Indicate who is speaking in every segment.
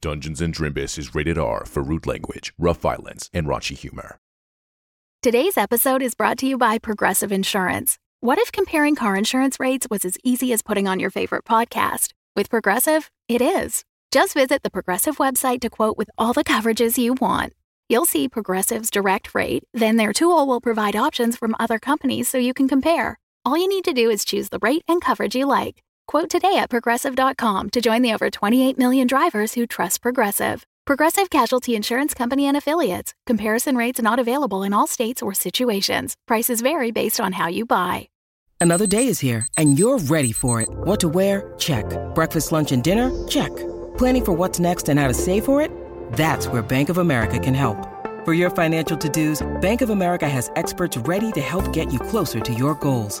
Speaker 1: Dungeons and Drimbus is rated R for rude language, rough violence, and raunchy humor.
Speaker 2: Today's episode is brought to you by Progressive Insurance. What if comparing car insurance rates was as easy as putting on your favorite podcast? With Progressive, it is. Just visit the Progressive website to quote with all the coverages you want. You'll see Progressive's direct rate, then their tool will provide options from other companies so you can compare. All you need to do is choose the rate and coverage you like. Quote today at progressive.com to join the over 28 million drivers who trust Progressive. Progressive Casualty Insurance Company and Affiliates. Comparison rates not available in all states or situations. Prices vary based on how you buy.
Speaker 3: Another day is here, and you're ready for it. What to wear? Check. Breakfast, lunch, and dinner? Check. Planning for what's next and how to save for it? That's where Bank of America can help. For your financial to-dos, Bank of America has experts ready to help get you closer to your goals.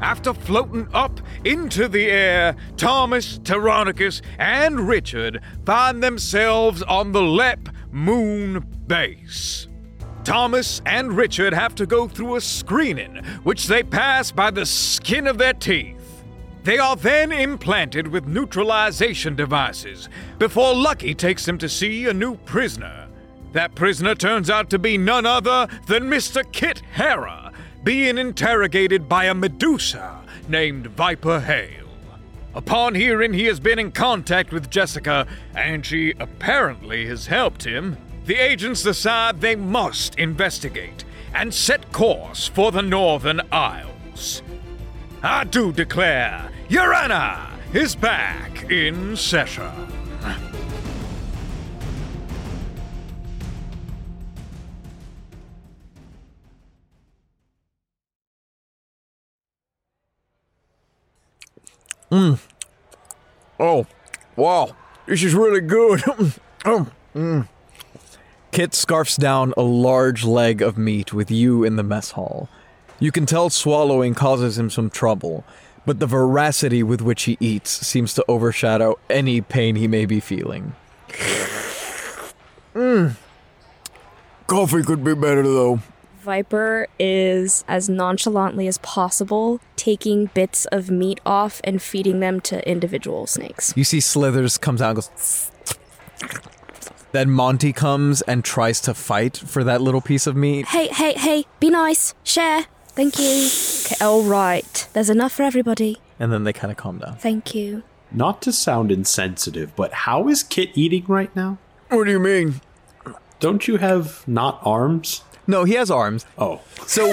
Speaker 4: After floating up into the air, Thomas, Tyrannicus, and Richard find themselves on the Lep Moon base. Thomas and Richard have to go through a screening, which they pass by the skin of their teeth. They are then implanted with neutralization devices before Lucky takes them to see a new prisoner. That prisoner turns out to be none other than Mr. Kit Hara, being interrogated by a Medusa named Viper Hale. Upon hearing he has been in contact with Jessica, and she apparently has helped him, the agents decide they must investigate and set course for the Northern Isles. I do declare, Urana is back in session.
Speaker 5: Oh, wow. This is really good. Um, mm.
Speaker 6: Kit scarfs down a large leg of meat with you in the mess hall. You can tell swallowing causes him some trouble, but the voracity with which he eats seems to overshadow any pain he may be feeling.
Speaker 5: Mm. Coffee could be better, though.
Speaker 7: Viper is as nonchalantly as possible taking bits of meat off and feeding them to individual snakes.
Speaker 6: You see Slithers comes out and goes. Then Monty comes and tries to fight for that little piece of meat.
Speaker 7: Hey, hey, hey, be nice, share. Thank you. Okay, all right. There's enough for everybody.
Speaker 6: And then they kind of calm down.
Speaker 7: Thank you.
Speaker 8: Not to sound insensitive, but how is Kit eating right now?
Speaker 5: What do you mean?
Speaker 8: Don't you have not arms?
Speaker 6: No, he has arms.
Speaker 8: Oh,
Speaker 6: So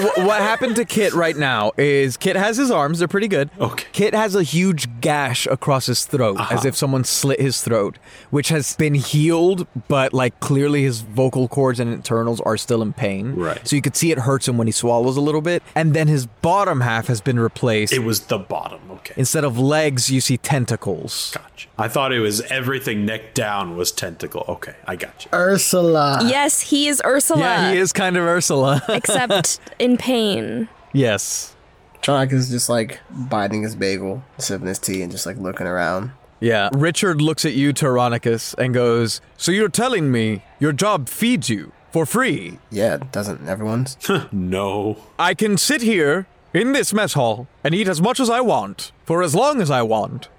Speaker 6: wh- what happened to Kit right now is Kit has his arms; they're pretty good.
Speaker 8: Okay. Uh-huh.
Speaker 6: Kit has a huge gash across his throat, as if someone slit his throat, which has been healed, but like clearly his vocal cords and internals are still in pain.
Speaker 8: Right.
Speaker 6: So you could see it hurts him when he swallows a little bit, and then his bottom half has been replaced.
Speaker 8: it was the bottom. Okay.
Speaker 6: Instead of legs, you see tentacles.
Speaker 8: Gotcha. I thought it was everything neck down was tentacle. Okay, I got you.
Speaker 9: Ursula.
Speaker 7: yes, he is Ursula.
Speaker 6: Yeah, he is kind of Ursula.
Speaker 7: except in pain.
Speaker 6: yes.
Speaker 9: Tronic is just like biting his bagel, sipping his tea, and just like looking around.
Speaker 6: Yeah. Richard looks at you, Tyrannicus, and goes, So you're telling me your job feeds you for free?
Speaker 9: Yeah, doesn't everyone's?
Speaker 8: No.
Speaker 6: I can sit here in this mess hall and eat as much as I want for as long as I want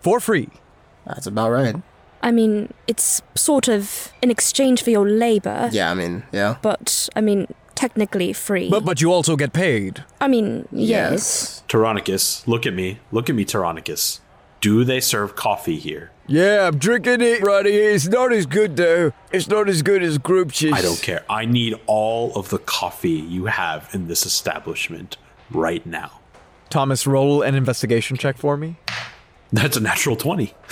Speaker 6: for free.
Speaker 9: That's about right.
Speaker 7: I mean, it's sort of in exchange for your labor,
Speaker 9: Yeah, I mean, yeah.
Speaker 7: but I mean, technically free.
Speaker 6: But but you also get paid.
Speaker 7: I mean, yes.
Speaker 8: Tyrannicus, look at me. Look at me, Tyrannicus. Do they serve coffee here?
Speaker 5: Yeah, I'm drinking it right here. It's not as good, though. It's not as good as group cheese.
Speaker 8: I don't care. I need all of the coffee you have in this establishment right now.
Speaker 6: Thomas, roll an investigation check for me.
Speaker 8: That's a natural 20.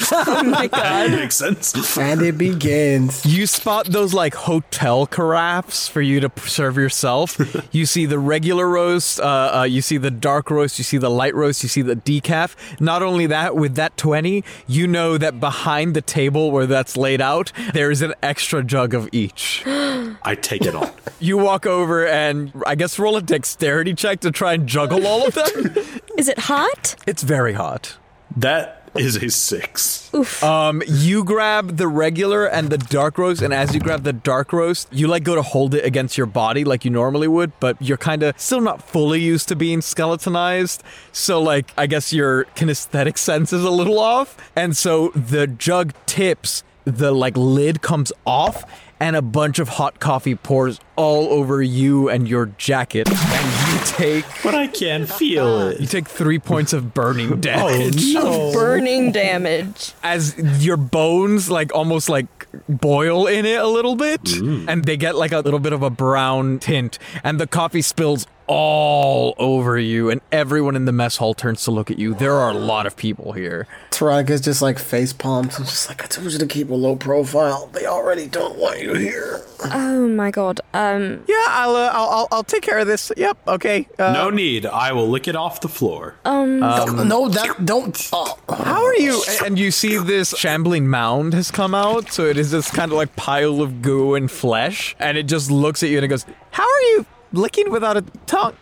Speaker 7: Oh my
Speaker 8: That
Speaker 7: god.
Speaker 8: makes sense.
Speaker 9: And it begins.
Speaker 6: You spot those like hotel carafes for you to p- serve yourself. you see the regular roast, uh, uh, you see the dark roast, you see the light roast, you see the decaf. Not only that, with that 20, you know that behind the table where that's laid out, there is an extra jug of each.
Speaker 8: I take it on.
Speaker 6: You walk over and I guess roll a dexterity check to try and juggle all of them.
Speaker 7: Is it hot?
Speaker 6: it's very hot.
Speaker 8: That is a six.
Speaker 6: Um, you grab the regular and the dark roast, and as you grab the dark roast, you like go to hold it against your body like you normally would, but you're kind of still not fully used to being skeletonized. So, like, I guess your kinesthetic sense is a little off. And so the jug tips, the like lid comes off, and a bunch of hot coffee pours all over you and your jacket. And you take
Speaker 8: But I can feel
Speaker 6: you
Speaker 8: it. Oh,
Speaker 6: take three points of burning damage
Speaker 7: Burning damage.
Speaker 6: as your bones like almost like boil in it a little bit and they get like a little bit of a brown tint and the coffee spills all over you and everyone in the mess hall turns to look at you there are a lot of people here
Speaker 9: Taronica's just like face palms. I'm just like, I told you to keep a low profile. They already don't want you here.
Speaker 7: Oh my god. Um.
Speaker 6: yeah i'll uh, I'll, I'll i'll take care of this yep okay uh,
Speaker 8: No need. I will lick it off the floor. Um,
Speaker 9: no, that don't. Oh.
Speaker 6: how are you A- and you see this shambling mound has come out so it is this kind of like pile of goo and flesh and it just looks at you and it goes how are you licking without a tongue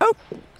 Speaker 6: oh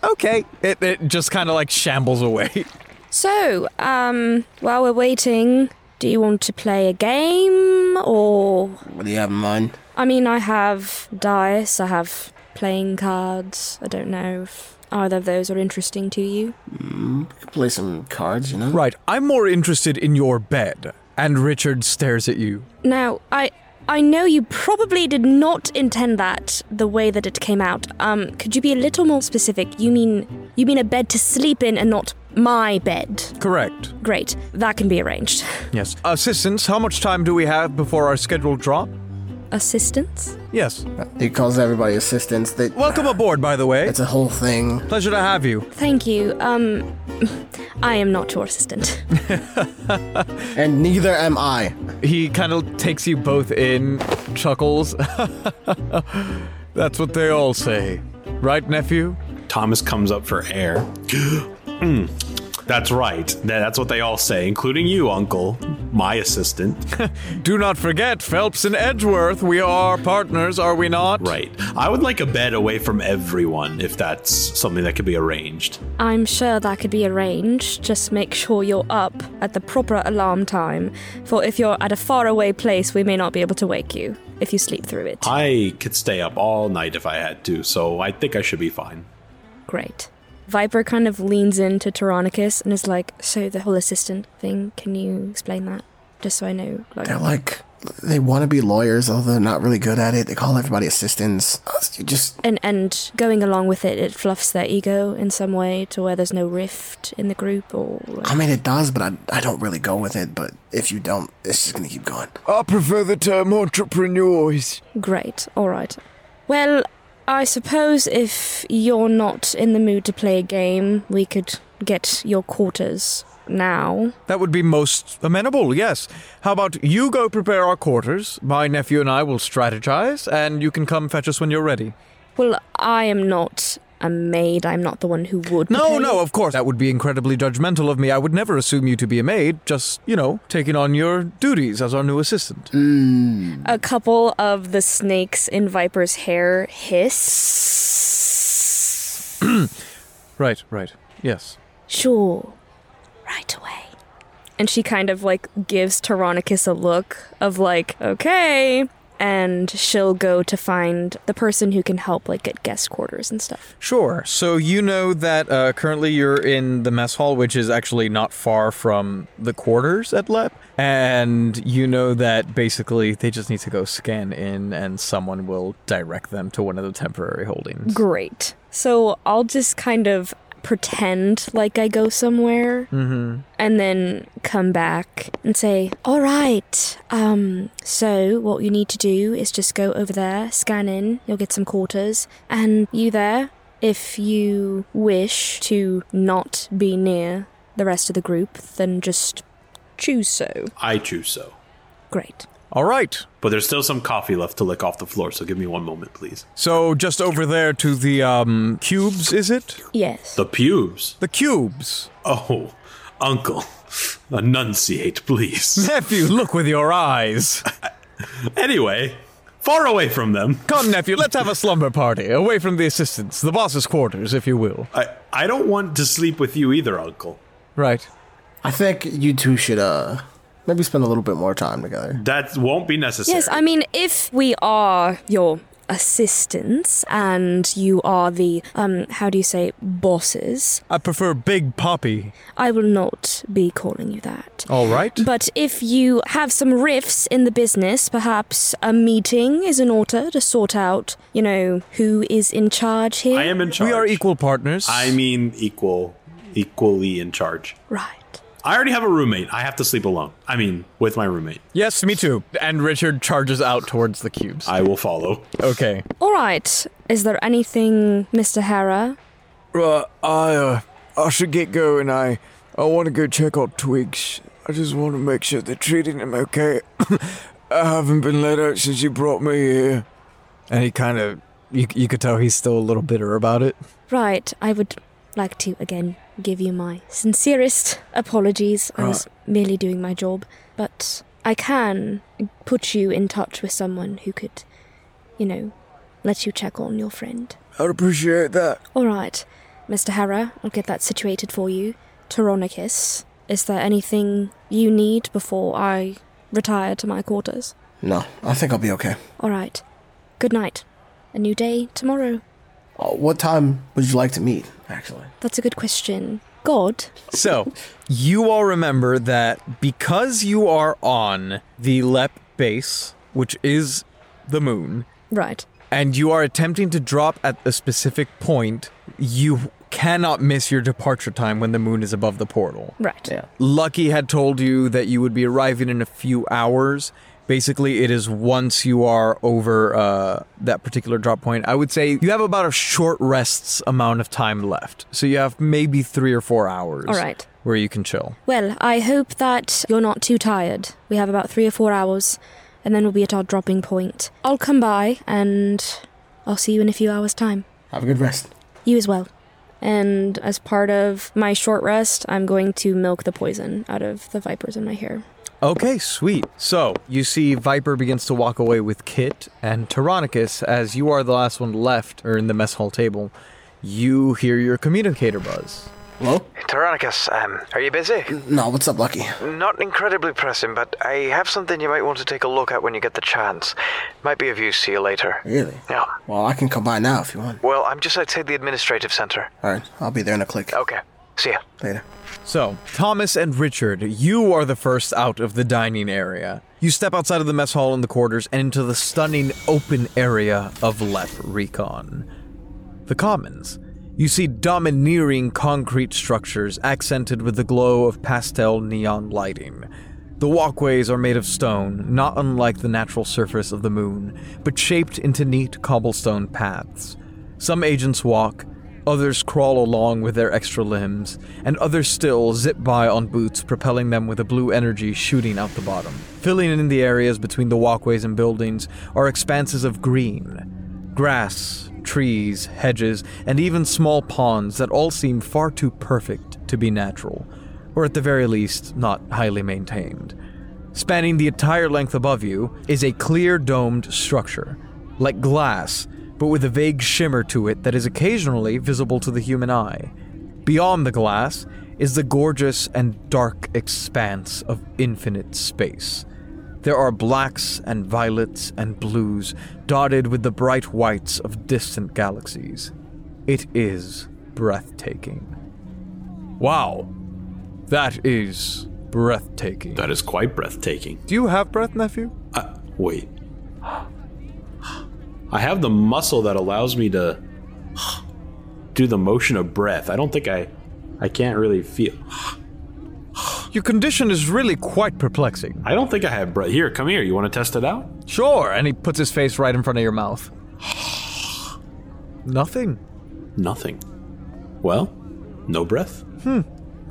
Speaker 6: okay it, it just kind of like shambles away
Speaker 7: So, um, while we're waiting, do you want to play a game or?
Speaker 9: What do you have in mind?
Speaker 7: I mean, I have dice. I have playing cards. I don't know if either of those are interesting to you.
Speaker 9: You could Mm, play some cards, you know?
Speaker 6: Right, I'm more interested in your bed. And Richard stares at you.
Speaker 7: Now, I I know you probably did not intend that the way that it came out. Um, could you be a little more specific? You mean you mean a bed to sleep in and not my bed?
Speaker 6: Correct.
Speaker 7: Great, that can be arranged.
Speaker 6: Yes. Assistants, how much time do we have before our scheduled drop?
Speaker 7: Assistance?
Speaker 6: Yes.
Speaker 9: He calls everybody assistants. They,
Speaker 6: Welcome aboard, by the way.
Speaker 9: It's a whole thing.
Speaker 6: Pleasure to have you.
Speaker 7: Thank you. Um, I am not your assistant.
Speaker 9: And neither am I.
Speaker 6: He kind of takes you both in, chuckles. That's what they all say. Right, nephew?
Speaker 8: Thomas comes up for air. Mm. That's right. Tha- That's what they all say, including you, Uncle, my assistant.
Speaker 6: Do not forget, Phelps and Edgeworth, we are partners, are we not?
Speaker 8: Right. I would like a bed away from everyone if that's something that could be arranged.
Speaker 7: I'm sure that could be arranged. Just make sure you're up at the proper alarm time, for if you're at a faraway place, we may not be able to wake you if you sleep through it.
Speaker 8: I could stay up all night if I had to, so I think I should be fine.
Speaker 7: Great. Viper kind of leans into Tyrannicus and is like, "So the whole assistant thing, can you explain that? Just so I know." Like,
Speaker 9: They're like, they want to be lawyers, although they're not really good at it. They call everybody assistants. Us- You just,
Speaker 7: and and going along with it, it fluffs their ego in some way to where there's no rift in the group or. like-
Speaker 9: I mean, it does, but I, I don't really go with it. But if you don't, it's just going to keep going.
Speaker 5: I prefer the term entrepreneurs.
Speaker 7: Great. All right. Well, I suppose if you're not in the mood to play a game, we could get your quarters now.
Speaker 6: That would be most amenable, yes. How about you go prepare our quarters? My nephew and I will strategize, and you can come fetch us when you're ready.
Speaker 7: Well, I am not a maid. I'm not the one who would.
Speaker 6: No,
Speaker 7: prepare
Speaker 6: no,
Speaker 7: you.
Speaker 6: of course. That would be incredibly judgmental of me. I would never assume you to be a maid, just, you know, taking on your duties as our new assistant.
Speaker 7: A couple of the snakes in Viper's hair hiss.
Speaker 6: Right, right. Yes.
Speaker 7: Sure. Right away. And she kind of like gives Tyrannicus a look of like, okay. And she'll go to find the person who can help like get guest quarters and stuff.
Speaker 6: Sure. So you know that uh, currently you're in the mess hall, which is actually not far from the quarters at LEP. And you know that basically they just need to go scan in and someone will direct them to one of the temporary holdings.
Speaker 7: Great. So I'll just kind of pretend like I go somewhere and then come back and say, "All right. Um so what you need to do is just go over there, scan in, you'll get some quarters and you there if you wish to not be near the rest of the group, then just choose so.
Speaker 8: I choose so.
Speaker 7: Great.
Speaker 6: All right.
Speaker 8: But there's still some coffee left to lick off the floor, so give me one moment, please.
Speaker 6: So just over there to the um, cubes, is it?
Speaker 7: Yes.
Speaker 8: The pubes.
Speaker 6: The cubes.
Speaker 8: Oh, uncle, enunciate, please.
Speaker 6: Nephew, look with your eyes.
Speaker 8: anyway, far away from them.
Speaker 6: Come, nephew, let's have a slumber party away from the assistants, the boss's quarters, if you will.
Speaker 8: I, I don't want to sleep with you either, uncle.
Speaker 6: Right.
Speaker 9: I think you two should uh maybe spend a little bit more time together.
Speaker 8: That won't be necessary.
Speaker 7: Yes, I mean, if we are your assistants and you are the, um, how do you say, bosses,
Speaker 6: I prefer Big Poppy.
Speaker 7: I will not be calling you that.
Speaker 6: All right.
Speaker 7: But if you have some rifts in the business, perhaps a meeting is in order to sort out, you know, who is in charge here.
Speaker 8: I am in charge.
Speaker 6: we are equal partners.
Speaker 8: I mean, equal, equally in charge.
Speaker 7: Right.
Speaker 8: I already have a roommate. I have to sleep alone. I mean, with my roommate.
Speaker 6: Yes, me too. And Richard charges out towards the cubes.
Speaker 8: I will follow.
Speaker 6: okay.
Speaker 7: All right. Is there anything, Mr. Hara?
Speaker 5: Right, I uh, I should get going. I I want to go check on Twigs. I just want to make sure they're treating him okay. I haven't been let out since you brought me here.
Speaker 6: And he kind of, you, you could tell he's still a little bitter about it.
Speaker 7: Right. I would like to again give you my sincerest apologies. I was merely doing my job, but I can put you in touch with someone who could, you know, let you check on your friend.
Speaker 5: I'd appreciate that.
Speaker 7: All right, Mr. Hara, I'll get that situated for you. Tyrannicus, is there anything you need before I retire to my quarters?
Speaker 9: No, I think I'll be okay.
Speaker 7: All right. Good night. A new day tomorrow.
Speaker 9: Uh, what time would you like to meet? Actually,
Speaker 7: That's a good question. God,
Speaker 6: So, you all remember that because you are on the Lep base, which is the moon,
Speaker 7: right.
Speaker 6: and you are attempting to drop at a specific point, you cannot miss your departure time when the moon is above the portal.
Speaker 7: Right.
Speaker 6: Lucky had told you that you would be arriving in a few hours. Basically, it is once you are over uh, that particular drop point. I would say you have about a short rests amount of time left. So you have maybe three or four hours.
Speaker 7: All right.
Speaker 6: Where you can chill.
Speaker 7: Well, I hope that you're not too tired. We have about three or four hours, and then we'll be at our dropping point. I'll come by, and I'll see you in a few hours' time.
Speaker 9: have a good rest.
Speaker 7: You as well. And as part of my short rest, I'm going to milk the poison out of the vipers in my hair.
Speaker 6: Okay, sweet. So you see Viper begins to walk away with Kit and Tyrannicus. As you are the last one left, or in the mess hall table, you hear your communicator buzz.
Speaker 9: Hello?
Speaker 10: Tyrannicus, um, are you busy?
Speaker 9: No, what's up, Lucky?
Speaker 10: Not incredibly pressing, but I have something you might want to take a look at when you get the chance. Might be of use. See you later.
Speaker 9: Really?
Speaker 10: Yeah.
Speaker 9: Well, I can come by now if you want.
Speaker 10: Well, I'm just outside the administrative center.
Speaker 9: All right, I'll be there in a click.
Speaker 10: Okay. See ya.
Speaker 9: Later.
Speaker 6: So, Thomas and Richard, you are the first out of the dining area. You step outside of the mess hall in the quarters and into the stunning open area of Lep Recon. The commons. You see domineering concrete structures accented with the glow of pastel neon lighting. The walkways are made of stone, not unlike the natural surface of the moon, but shaped into neat cobblestone paths. Some agents walk, others crawl along with their extra limbs, and others still zip by on boots, propelling them with a blue energy shooting out the bottom. Filling in the areas between the walkways and buildings are expanses of green grass, trees, hedges, and even small ponds that all seem far too perfect to be natural, or at the very least, not highly maintained. Spanning the entire length above you is a clear domed structure, like glass, but with a vague shimmer to it that is occasionally visible to the human eye. Beyond the glass is the gorgeous and dark expanse of infinite space. There are blacks and violets and blues dotted with the bright whites of distant galaxies. It is breathtaking. Wow. That is breathtaking.
Speaker 8: That is quite breathtaking.
Speaker 6: Do you have breath, nephew?
Speaker 8: I, wait. I have the muscle that allows me to do the motion of breath. I don't think I. I can't really feel.
Speaker 6: Your condition is really quite perplexing.
Speaker 8: I don't think I have breath. Here, come here. You want to test it out?
Speaker 6: Sure, and he puts his face right in front of your mouth. Nothing.
Speaker 8: Nothing. Well, no breath.
Speaker 6: Hmm.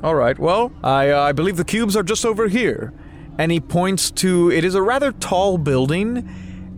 Speaker 6: All right. Well, I uh, I believe the cubes are just over here. And he points to it is a rather tall building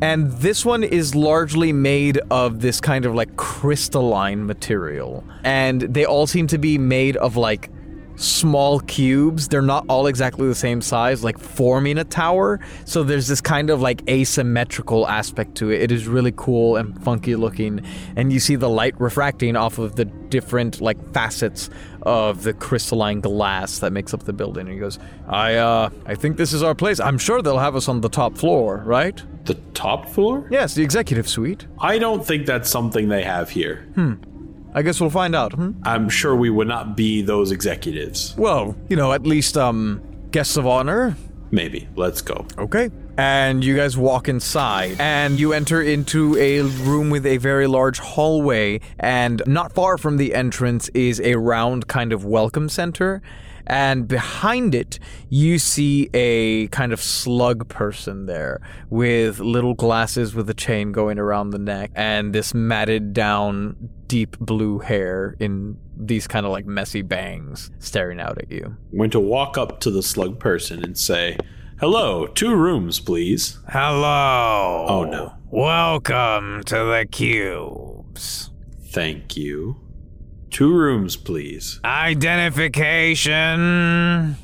Speaker 6: and this one is largely made of this kind of like crystalline material. And they all seem to be made of like small cubes. They're not all exactly the same size, like forming a tower. So there's this kind of like asymmetrical aspect to it. It is really cool and funky looking. And you see the light refracting off of the different like facets of the crystalline glass that makes up the building. And he goes, I uh I think this is our place. I'm sure they'll have us on the top floor, right?
Speaker 8: The top floor?
Speaker 6: Yes, the executive suite. Hmm.
Speaker 8: I don't think that's something they have here.
Speaker 6: I guess we'll find out, hmm?
Speaker 8: I'm sure we would not be those executives.
Speaker 6: Well, you know, at least um guests of honor,
Speaker 8: Maybe. Let's go.
Speaker 6: Okay. And you guys walk inside, and you enter into a room with a very large hallway. And not far from the entrance is a round kind of welcome center. And behind it, you see a kind of slug person there with little glasses with a chain going around the neck and this matted down deep blue hair in these kind of like messy bangs staring out at you.
Speaker 8: I'm going to walk up to the slug person and say, Hello, two rooms, please.
Speaker 11: Hello.
Speaker 8: Oh, no.
Speaker 11: Welcome to the cubes.
Speaker 8: Thank you. Two rooms, please.
Speaker 11: Identification.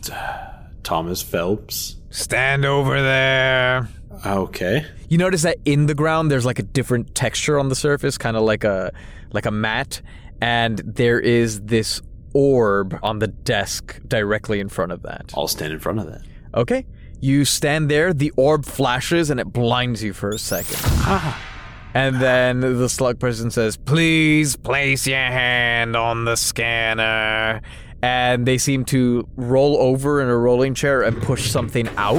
Speaker 8: Thomas Phelps.
Speaker 11: Stand over there.
Speaker 8: Okay.
Speaker 6: You notice that in the ground there's like a different texture on the surface, kind of like a like a mat, and there is this orb on the desk directly in front of that.
Speaker 8: I'll stand in front of that.
Speaker 6: Okay. You stand there, the orb flashes and it blinds you for a second.
Speaker 8: Ah.
Speaker 6: And then the slug person says,
Speaker 11: Please place your hand on the scanner.
Speaker 6: and they seem to roll over in a rolling chair and push something out.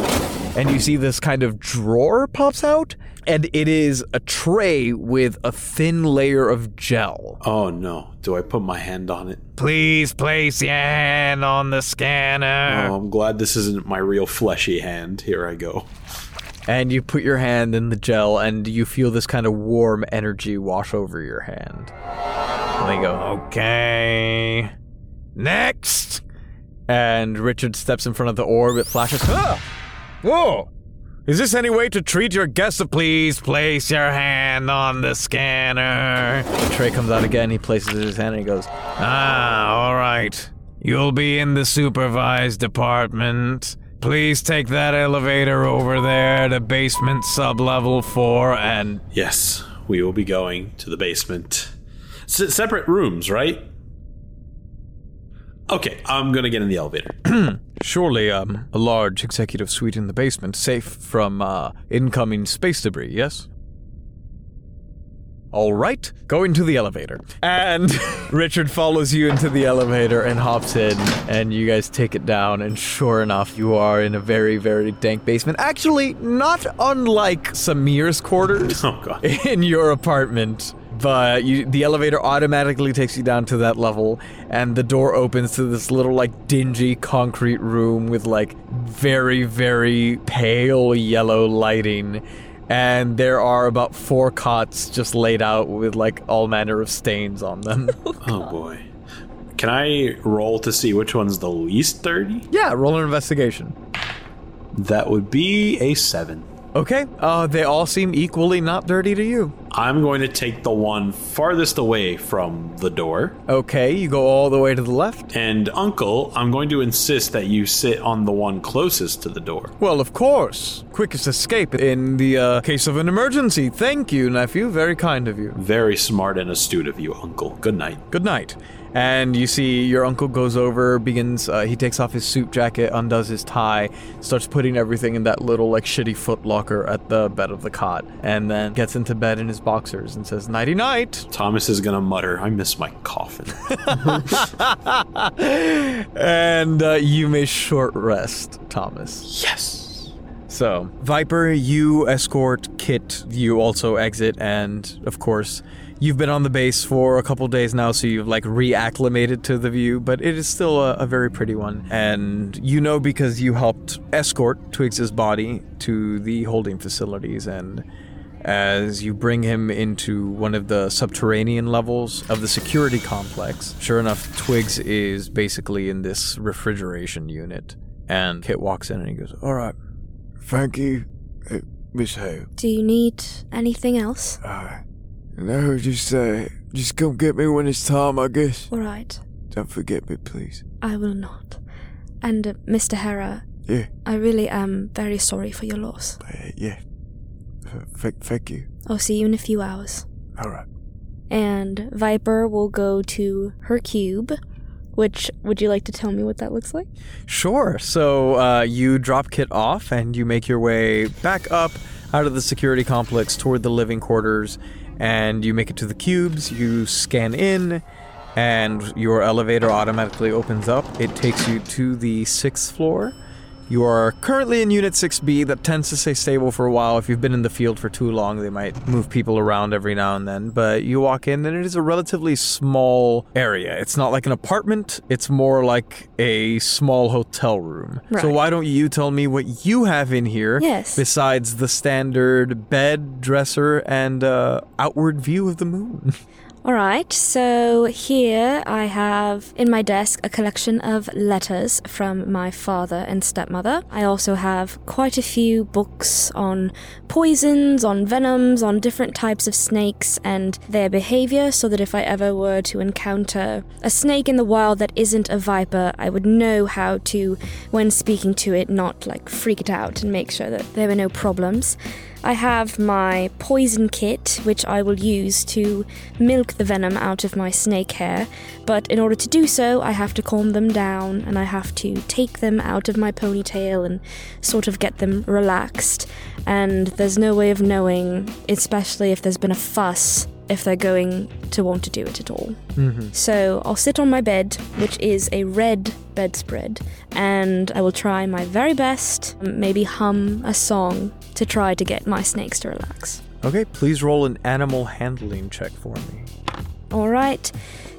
Speaker 6: And you see this kind of drawer pops out, and it is a tray with a thin layer of gel.
Speaker 8: Oh, no. Do I put my hand on it?
Speaker 11: Please place your hand on the scanner.
Speaker 8: Oh, I'm glad this isn't my real fleshy hand. Here I go.
Speaker 6: And you put your hand in the gel, and you feel this kind of warm energy wash over your hand. And they go,
Speaker 11: Okay. Next.
Speaker 6: and Richard steps in front of the orb. It flashes. Ah! Whoa! Is this any way to treat your guest? of
Speaker 11: Please place your hand on the scanner.
Speaker 6: The tray comes out again. He places it in his hand and he goes,
Speaker 11: Ah, all right. You'll be in the supervised department. Please take that elevator over there to basement sublevel 4 and
Speaker 8: Yes, we will be going to the basement. S- separate rooms, right? Okay, I'm going to get in the elevator.
Speaker 6: Surely, um, a large executive suite in the basement, safe from uh, incoming space debris, yes? All right, go into the elevator. And Richard follows you into the elevator and hops in, and you guys take it down. And sure enough, you are in a very, very dank basement. Actually, not unlike Samir's quarters
Speaker 8: Oh, God.
Speaker 6: in your apartment. But you, the elevator automatically takes you down to that level, and the door opens to this little, like, dingy concrete room with, like, very, very pale yellow lighting. And there are about four cots just laid out with, like, all manner of stains on them.
Speaker 8: Oh, boy. Can I roll to see which one's the least dirty?
Speaker 6: yeah, roll an investigation.
Speaker 8: That would be a seven.
Speaker 6: Okay, uh, they all seem equally not dirty to you.
Speaker 8: I'm going to take the one farthest away from the door.
Speaker 6: Okay, you go all the way to the left.
Speaker 8: And Uncle, I'm going to insist that you sit on the one closest to the door.
Speaker 6: Well, of course. Quickest escape in the uh, case of an emergency. Thank you, nephew. Very kind of you.
Speaker 8: Very smart and astute of you, Uncle. Good night.
Speaker 6: Good night. And you see, your uncle goes over, begins, uh, he takes off his suit jacket, undoes his tie, starts putting everything in that little, like, shitty foot locker at the bed of the cot, and then gets into bed in his boxers and says, Nighty night.
Speaker 8: Thomas is going to mutter, I miss my coffin.
Speaker 6: and uh, you may short rest, Thomas.
Speaker 8: yes.
Speaker 6: So, Viper, you escort Kit, you also exit, and of course, you've been on the base for a couple days now, so you've like reacclimated to the view, but it is still a, a very pretty one. And you know because you helped escort Twigs's body to the holding facilities and as you bring him into one of the subterranean levels of the security complex. Sure enough, Twigs is basically in this refrigeration unit, and Kit walks in and he goes, All right,
Speaker 5: thank you, uh, Miss Hale.
Speaker 7: Do you need anything else?
Speaker 5: No, just uh, just come get me when it's time, I guess.
Speaker 7: All right,
Speaker 5: Don't forget me, please.
Speaker 7: I will not. And uh, Mr. Hera,
Speaker 5: Yeah,
Speaker 7: I really am very sorry for your loss.
Speaker 5: uh, yeah. Th- Thank, thank you.
Speaker 7: I'll see you in a few hours.
Speaker 5: All right.
Speaker 7: And Viper will go to her cube, which would you like to tell me what that looks like?
Speaker 6: Sure. So uh, you drop Kit off and you make your way back up out of the security complex toward the living quarters and you make it to the cubes. You scan in and your elevator automatically opens up. It takes you to the sixth floor. You are currently in Unit 6B that tends to stay stable for a while. If you've been in the field for too long, they might move people around every now and then. But you walk in, and it is a relatively small area. It's not like an apartment, it's more like a small hotel room. So,
Speaker 11: Right.
Speaker 6: why don't you tell me what you have in here
Speaker 11: Yes.
Speaker 6: besides the standard bed, dresser, and uh, outward view of the moon?
Speaker 7: All right, so here I have in my desk a collection of letters from my father and stepmother. I also have quite a few books on poisons, on venoms, on different types of snakes and their behavior, so that if I ever were to encounter a snake in the wild that isn't a viper, I would know how to, when speaking to it, not like freak it out and make sure that there were no problems. I have my poison kit, which I will use to milk the venom out of my snake hair, but in order to do so, I have to calm them down and I have to take them out of my ponytail and sort of get them relaxed. And there's no way of knowing, especially if there's been a fuss, if they're going to want to do it at all.
Speaker 12: Mhm.
Speaker 7: So I'll sit on my bed, which is a red bedspread, and I will try my very best, um, maybe hum a song to try to get my snakes to relax.
Speaker 6: okay, please roll an animal handling check for me.
Speaker 7: All right,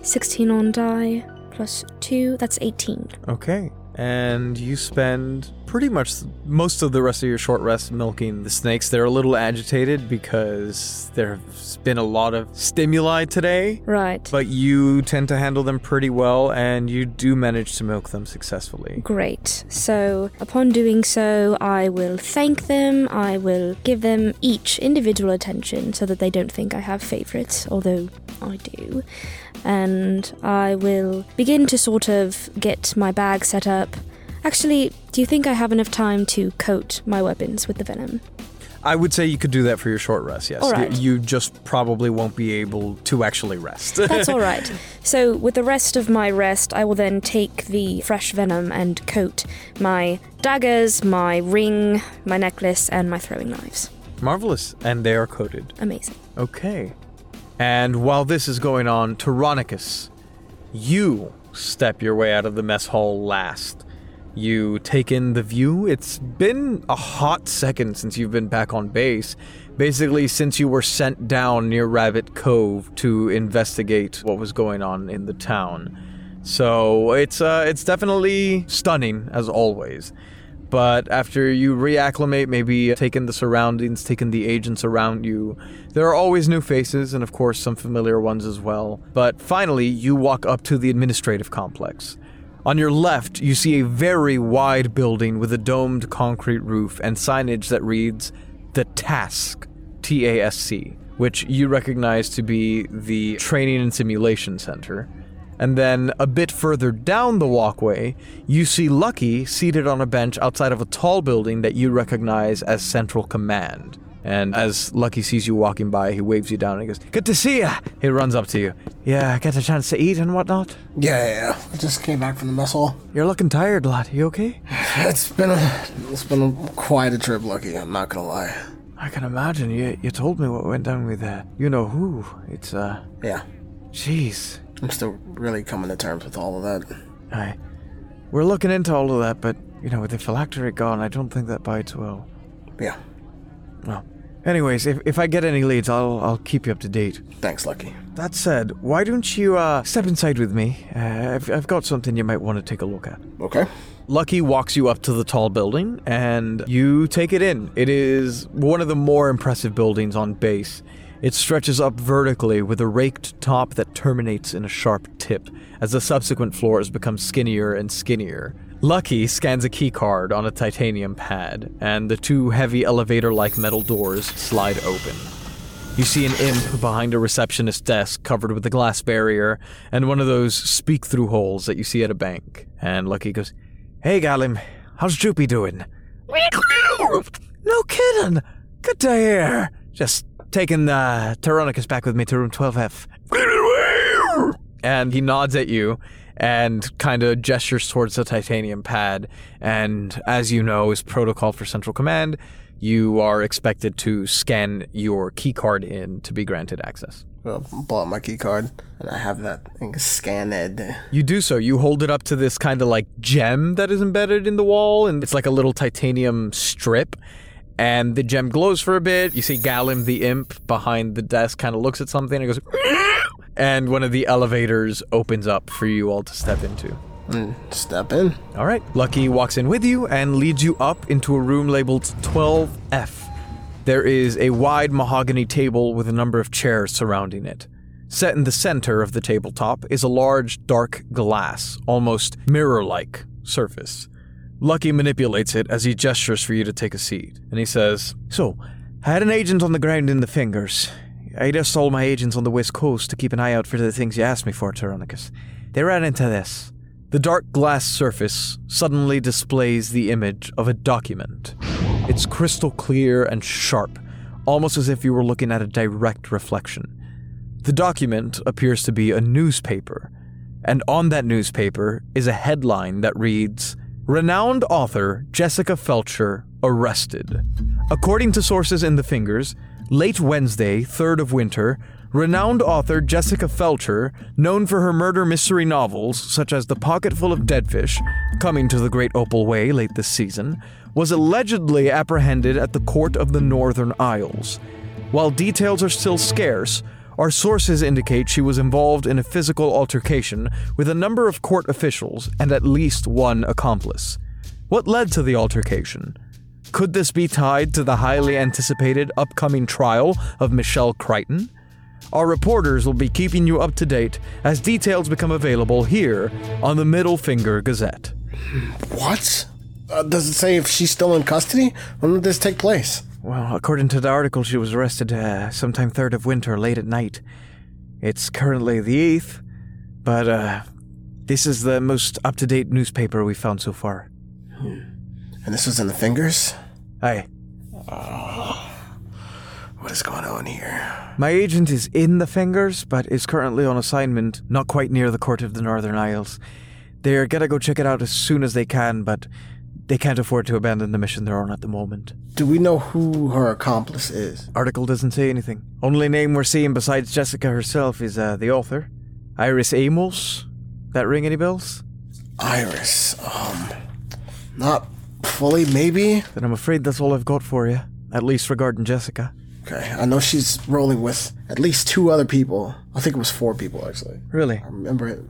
Speaker 7: 16 on die plus 2, that's 18.
Speaker 6: Okay. And you spend pretty much most of the rest of your short rest milking the snakes. They're a little agitated because there's been a lot of stimuli today.
Speaker 7: Right.
Speaker 6: But you tend to handle them pretty well and you do manage to milk them successfully.
Speaker 7: Great. So, upon doing so, I will thank them. I will give them each individual attention so that they don't think I have favorites, although I do. And I will begin to sort of get my bag set up. Actually, do you think I have enough time to coat my weapons with the venom?
Speaker 6: I would say you could do that for your short rest, yes.
Speaker 7: All
Speaker 6: You-
Speaker 7: right.
Speaker 6: You, just probably won't be able to actually rest.
Speaker 7: That's all right. So, with the rest of my rest, I will then take the fresh venom and coat my daggers, my ring, my necklace, and my throwing knives.
Speaker 6: Marvelous. And they are coated.
Speaker 7: Amazing.
Speaker 6: Okay. And while this is going on, Tyrannicus, you step your way out of the mess hall last. You take in the view. It's been a hot second since you've been back on base. Basically, since you were sent down near Rabbit Cove to investigate what was going on in the town. So it's uh, it's definitely stunning as always. But after you reacclimate, maybe take in the surroundings, take in the agents around you, there are always new faces and, of course, some familiar ones as well. But finally, you walk up to the administrative complex. On your left, you see a very wide building with a domed concrete roof and signage that reads The Task, T A S C, which you recognize to be the Training and Simulation Center. And then a bit further down the walkway, you see Lucky seated on a bench outside of a tall building that you recognize as Central Command. And as Lucky sees you walking by, he waves you down and he goes, Good to see ya! He runs up to you. Yeah, get a chance to eat and whatnot?
Speaker 9: Yeah, yeah. I just came back from the mess hall.
Speaker 6: You're looking tired, lad. You okay?
Speaker 9: It's been a, it's been a, quite a trip, Lucky. I'm not gonna lie.
Speaker 6: I can imagine. You, you told me what went down with uh, you know who. It's, uh.
Speaker 9: Yeah.
Speaker 6: Jeez.
Speaker 9: I'm still really coming to terms with all of that.
Speaker 6: I. We're looking into all of that, but, you know, with the phylactery gone, I don't think that bites well.
Speaker 9: Yeah.
Speaker 6: Well, anyways, if, if I get any leads, I'll I'll keep you up to date.
Speaker 9: Thanks, Lucky.
Speaker 6: That said, why don't you uh, step inside with me? Uh, I've, I've got something you might want to take a look at.
Speaker 9: Okay.
Speaker 6: Lucky walks you up to the tall building and you take it in. It is one of the more impressive buildings on base. It stretches up vertically with a raked top that terminates in a sharp tip as the subsequent floors become skinnier and skinnier. Lucky scans a keycard on a titanium pad, and the two heavy elevator like metal doors slide open. You see an imp behind a receptionist's desk covered with a glass barrier and one of those speak through holes that you see at a bank. And Lucky goes, Hey, Galim, how's Droopy doing? No kidding! Good to hear! Just taking uh, Tyrannicus back with me to room 12F. And he nods at you and kind of gestures towards the titanium pad. And as you know, is protocol for Central Command, you are expected to scan your key card in to be granted access.
Speaker 9: Well, I bought my key card and I have that thing scanned.
Speaker 6: You do so. You hold it up to this kind of like gem that is embedded in the wall, and it's like a little titanium strip. And the gem glows for a bit. You see Galim the imp behind the desk kind of looks at something and goes, and one of the elevators opens up for you all to step into.
Speaker 9: step in.
Speaker 6: All right. Lucky walks in with you and leads you up into a room labeled 12F. There is a wide mahogany table with a number of chairs surrounding it. Set in the center of the tabletop is a large, dark glass, almost mirror like surface. Lucky manipulates it as he gestures for you to take a seat, and he says, So, I had an agent on the ground in the fingers. I just told my agents on the west coast to keep an eye out for the things you asked me for, Tyrannicus. They ran into this. The dark glass surface suddenly displays the image of a document. It's crystal clear and sharp, almost as if you were looking at a direct reflection. The document appears to be a newspaper, and on that newspaper is a headline that reads Renowned author Jessica Felcher arrested. According to sources in the fingers, late Wednesday, 3rd of winter, renowned author Jessica Felcher, known for her murder mystery novels such as The Pocketful of Deadfish, coming to the Great Opal Way late this season, was allegedly apprehended at the court of the Northern Isles. While details are still scarce, our sources indicate she was involved in a physical altercation with a number of court officials and at least one accomplice. What led to the altercation? Could this be tied to the highly anticipated upcoming trial of Michelle Crichton? Our reporters will be keeping you up to date as details become available here on the Middle Finger Gazette.
Speaker 9: What? Uh, does it say if she's still in custody? When did this take place?
Speaker 6: Well, according to the article, she was arrested uh, sometime third of winter, late at night. It's currently the eighth, but uh, this is the most up-to-date newspaper we found so far.
Speaker 9: Hmm. And this was in the fingers. Ah.
Speaker 6: Aye.
Speaker 9: What is going on here?
Speaker 6: My agent is in the fingers, but is currently on assignment, not quite near the court of the Northern Isles. They're gonna go check it out as soon as they can, but they can't afford to abandon the mission they're on at the moment.
Speaker 9: Do we know who her accomplice is?
Speaker 6: Article doesn't say anything. Only name we're seeing besides Jessica herself is uh, the author, Iris Amos. That ring any bells?
Speaker 9: Iris, um, not fully, maybe.
Speaker 6: Then I'm afraid that's all I've got for you, at least regarding Jessica.
Speaker 9: Okay, I know she's rolling with at least two other people. I think it was four people actually.
Speaker 6: Really?
Speaker 9: I remember it,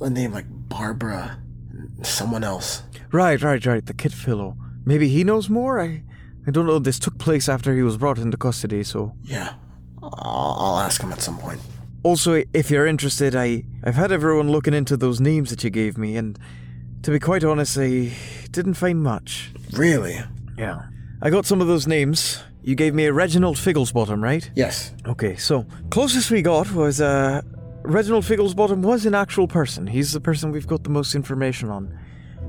Speaker 9: a name like Barbara, and someone else.
Speaker 6: Right, right, right. The kid fellow. Maybe he knows more. I, I don't know. This took place after he was brought into custody, so.
Speaker 9: Yeah, I'll, I'll ask him at some point.
Speaker 6: Also, if you're interested, I I've had everyone looking into those names that you gave me, and to be quite honest, I didn't find much.
Speaker 9: Really?
Speaker 6: Yeah. I got some of those names. You gave me a Reginald Figglesbottom, right?
Speaker 9: Yes.
Speaker 6: Okay, so closest we got was uh Reginald Figglesbottom was an actual person. He's the person we've got the most information on.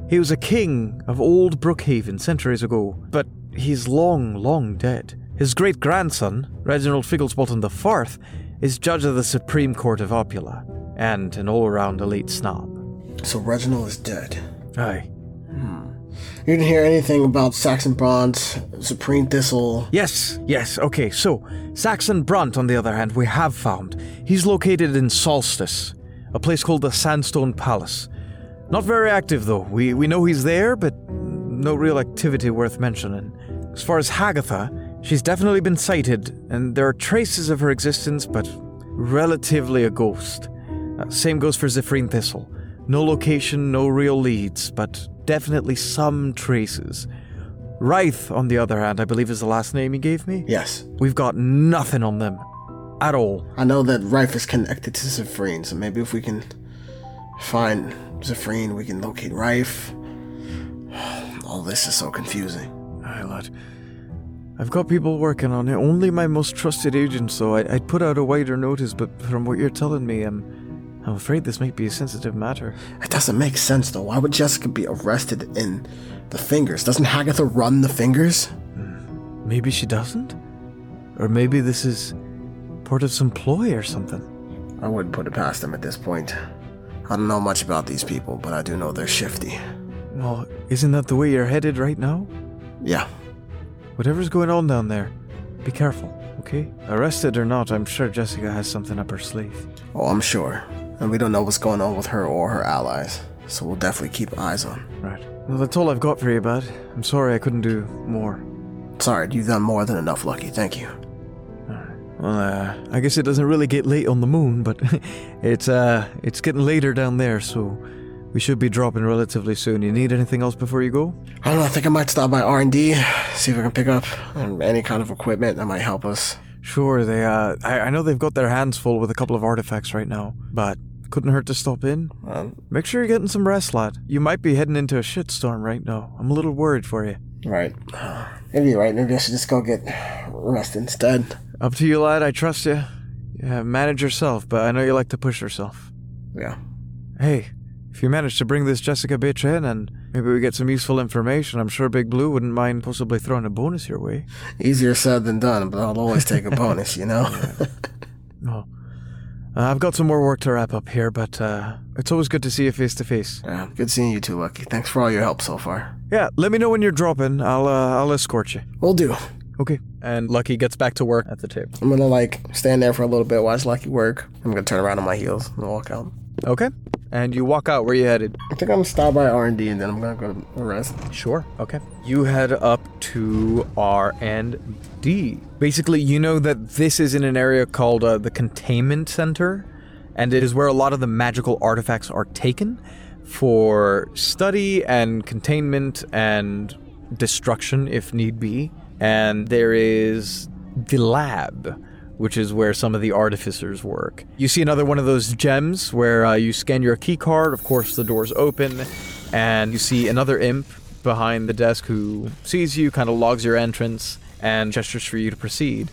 Speaker 6: He was a king of old Brookhaven centuries ago, but he's long, long dead. His great grandson, Reginald Figglesbottom the Fourth, is judge of the Supreme Court of Opula, and an all-round elite snob.
Speaker 9: So Reginald is dead. Hmm.
Speaker 6: Aye.
Speaker 9: You didn't hear anything about Saxon Bronze, Supreme Thistle.
Speaker 6: Yes, yes, okay, so Saxon Brunt, on the other hand, we have found. He's located in Solstice, a place called the Sandstone Palace. Not very active, though. We, we know he's there, but no real activity worth mentioning. As far as Hagatha, she's definitely been sighted, and there are traces of her existence, but relatively a ghost. Uh, same goes for Zephrine Thistle. No location, no real leads, but definitely some traces. Wraith, on the other hand, I believe is the last name he gave me.
Speaker 9: Yes.
Speaker 6: We've got nothing on them at all.
Speaker 9: I know that Rife is connected to Zephrine, so maybe if we can find Zephrine, we can locate Rife. All this is so confusing.
Speaker 6: Aye, lad. I've got people working on it. Only my most trusted agents, though. I, I'd put out a wider notice, but from what you're telling me, I'm, I'm afraid this might be a sensitive matter.
Speaker 9: It doesn't make sense though. Why would Jessica be arrested in the fingers? Doesn't Hagatha run the fingers?
Speaker 6: Hmm. Maybe she doesn't? Or maybe this is part of some ploy or something.
Speaker 9: I wouldn't put it past them at this point. I don't know much about these people, but I do know they're shifty.
Speaker 6: Well, isn't that the way you're headed right now?
Speaker 9: Yeah.
Speaker 6: Whatever's going on down there, be careful, okay? Arrested or not, I'm sure Jessica has something up her sleeve.
Speaker 9: Oh, I'm sure. And we don't know what's going on with her or her allies, so we'll definitely keep eyes on.
Speaker 6: Right. Well, that's all I've got for you, bud. I'm sorry I couldn't do more.
Speaker 9: Sorry, you've done more than enough, Lucky. Thank you.
Speaker 6: Well, uh, I guess it doesn't really get late on the moon, but it's uh, it's getting later down there, so we should be dropping relatively soon. You need anything else before you go?
Speaker 9: I don't know. I think I might stop by R and D, see if I can pick up um, any kind of equipment that might help us.
Speaker 6: Sure, they uh, I, I know they've got their hands full with a couple of artifacts right now, but couldn't hurt to stop in.
Speaker 9: Um,
Speaker 6: Make sure you're getting some rest, lad. You might be heading into a shitstorm right now. I'm a little worried for you.
Speaker 9: right. Maybe you're right. Maybe I should just go get rest instead.
Speaker 6: Up to you, lad. I trust you. Yeah, manage yourself, but I know you like to push yourself.
Speaker 9: Yeah.
Speaker 6: Hey, if you manage to bring this Jessica bitch in and maybe we get some useful information, I'm sure Big Blue wouldn't mind possibly throwing a bonus your way.
Speaker 9: Easier said than done, but I'll always take a bonus, you know?
Speaker 6: Oh. Uh, I've got some more work to wrap up here, but uh, it's always good to see you face to face.
Speaker 9: yeah, good seeing you too, Lucky. Thanks for all your help so far.
Speaker 6: Yeah, let me know when you're dropping. I'll uh, I'll escort you.
Speaker 9: We'll do.
Speaker 6: Okay.
Speaker 11: And Lucky gets back to work at the table.
Speaker 9: I'm gonna like stand there for a little bit, watch Lucky work. I'm gonna turn around on my heels and walk out.
Speaker 6: Okay. And you walk out. Where you headed?
Speaker 9: I think I'm gonna stop by R and D and then I'm gonna go to the rest.
Speaker 11: Sure. Okay.
Speaker 6: You head up to R and D. Basically, you know that this is in an area called uh, the Containment Center, and it is where a lot of the magical artifacts are taken for study and containment and destruction if need be. And there is the lab, which is where some of the artificers work. You see another one of those gems where uh, you scan your key card. Of course, the doors open, and you see another imp behind the desk who sees you, kind of logs your entrance, and gestures for you to proceed.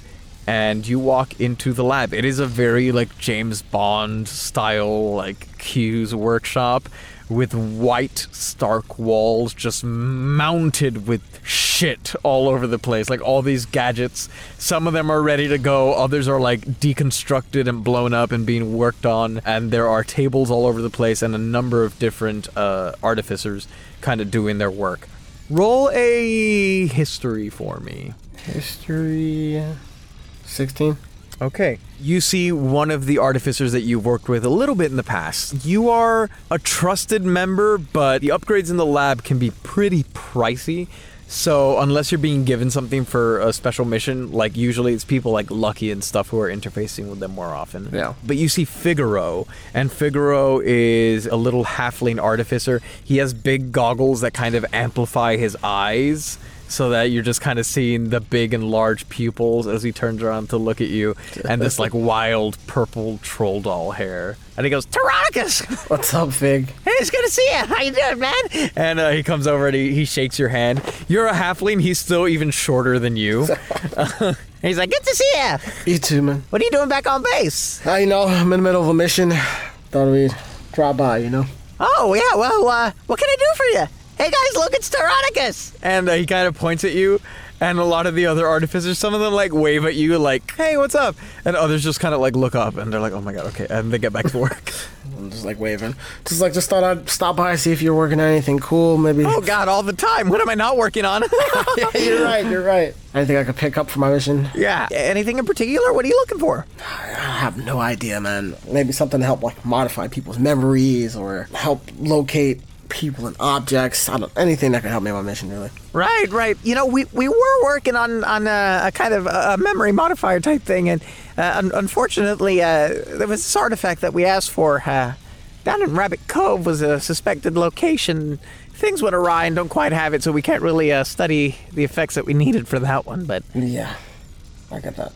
Speaker 6: And you walk into the lab. It is a very like James Bond style, like Q's workshop with white stark walls just mounted with shit all over the place like all these gadgets some of them are ready to go others are like deconstructed and blown up and being worked on and there are tables all over the place and a number of different uh, artificers kind of doing their work roll a history for me
Speaker 9: History sixteen.
Speaker 6: Okay. You see one of the artificers that you've worked with a little bit in the past. You are a trusted member, but the upgrades in the lab can be pretty pricey. So, unless you're being given something for a special mission, like usually it's people like Lucky and stuff who are interfacing with them more often.
Speaker 9: Yeah.
Speaker 6: But you see Figaro, and Figaro is a little halfling artificer. He has big goggles that kind of amplify his eyes so that you're just kind of seeing the big and large pupils as he turns around to look at you and this like wild purple troll doll hair. And he goes, Tyrannicus!
Speaker 9: What's up, Fig?
Speaker 6: Hey, it's good to see you. How you doing, man? And uh, he comes over and he, he shakes your hand. You're a halfling. He's still even shorter than you. and he's like, good to see you.
Speaker 9: You too, man.
Speaker 6: What are you doing back on base?
Speaker 9: I know I'm in the middle of a mission. Thought we'd drop by, you know.
Speaker 6: Oh yeah, well, uh, what can I do for you? Hey guys, look, it's Tyrannicus! And uh, he kind of points at you, and a lot of the other artificers, some of them like wave at you, like, "Hey, what's up?" And others just kind of like look up, and they're like, "Oh my god, okay," and they get back to work.
Speaker 9: I'm just like waving. Just like just thought I'd stop by see if you're working on anything cool. Maybe.
Speaker 6: oh god, all the time. What am I not working on?
Speaker 9: you're right. You're right. Anything I could pick up for my mission?
Speaker 6: yeah. Anything in particular? What are you looking for?
Speaker 9: I have no idea, man. Maybe something to help like modify people's memories or help locate people and objects. I don't anything that could help me on my mission really.
Speaker 6: Right, right. You know, we, we were working on on a, a kind of a memory modifier type thing, and uh, un- unfortunately, uh, there was this artifact that we asked for. Uh,
Speaker 12: Down in Rabbit Cove was a suspected location. Things went awry and don't quite have it, so we can't really uh, study the effects that we needed for that one. But
Speaker 9: yeah, I got that.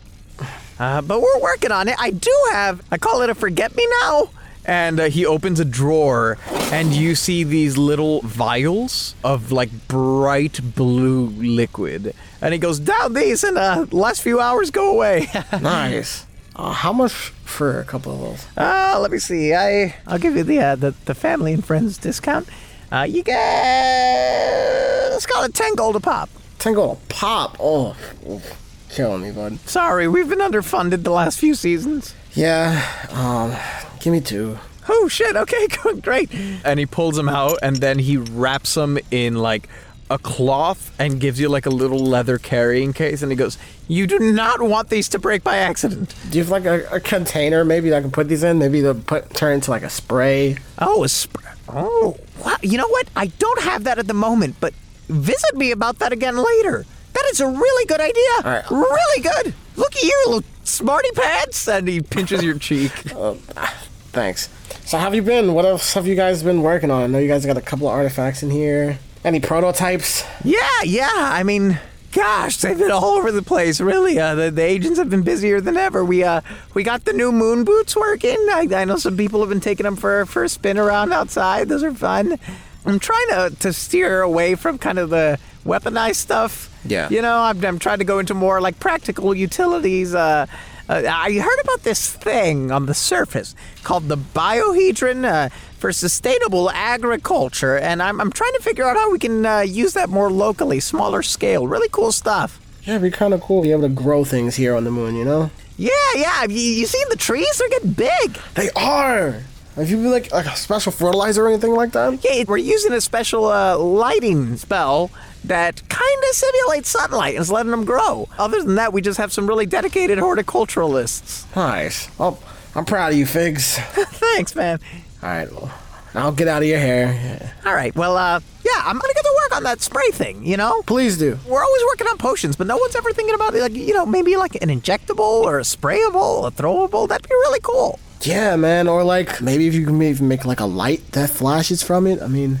Speaker 12: Uh, but we're working on it. I do have. I call it a forget me now.
Speaker 6: and uh, he opens a drawer and you see these little vials of like bright blue liquid and he goes down these and uh last few hours go away
Speaker 12: Nice.
Speaker 9: Uh, how much for a couple of those?
Speaker 12: Uh, let me see. I I'll give you the uh, the, the family and friends discount. Uh, you get let's call it ten gold a pop.
Speaker 9: Ten gold a pop. Oh, oof. killing me, bud.
Speaker 12: Sorry, we've been underfunded the last few seasons.
Speaker 9: Yeah. Um, give me two.
Speaker 12: Oh shit! Okay, good, great.
Speaker 6: and he pulls them out and then he wraps them in like a cloth and gives you like a little leather carrying case and he goes you do not want these to break by accident
Speaker 9: Do you have like a, a container maybe that I can put these in? Maybe they'll put turn into like a spray.
Speaker 12: Oh, a spray. Oh, wow. You know what? I don't have that at the moment, but visit me about that again later. That is a really good idea. Really good. Look at you, little smarty pants. And he pinches your cheek.
Speaker 9: Uh, Thanks. So, how have you been? What else have you guys been working on? I know you guys got a couple of artifacts in here. Any prototypes?
Speaker 12: Yeah, yeah. I mean, gosh, they've been all over the place. Really, uh, the, the agents have been busier than ever. We uh, we got the new moon boots working. I, I know some people have been taking them for for a spin around outside. Those are fun. I'm trying to to steer away from kind of the weaponized stuff.
Speaker 9: Yeah.
Speaker 12: You know, I'm, I'm trying to go into more like practical utilities. Uh, uh, I heard about this thing on the surface called the biohedron uh, for sustainable agriculture, and I'm, I'm trying to figure out how we can uh, use that more locally, smaller scale. Really cool stuff.
Speaker 9: Yeah, it'd be kind of cool to be able to grow things here on the moon, you know?
Speaker 12: Yeah, yeah. You, you see the trees? They're getting big.
Speaker 9: They are. Have you been like, like a special fertilizer or anything like that?
Speaker 12: Yeah, we're using a special uh, lighting spell that kind of simulates sunlight and is letting them grow. Other than that, we just have some really dedicated horticulturalists.
Speaker 9: Nice. Oh, I'm proud of you, Figs.
Speaker 12: Thanks, man.
Speaker 9: All right, well, I'll get out of your hair.
Speaker 12: All right. Well, uh, yeah, I'm gonna get to work on that spray thing. You know.
Speaker 9: Please do.
Speaker 12: We're always working on potions, but no one's ever thinking about like you know maybe like an injectable or a sprayable, a throwable. That'd be really cool.
Speaker 9: Yeah, man. Or like maybe if you can maybe make like a light that flashes from it. I mean,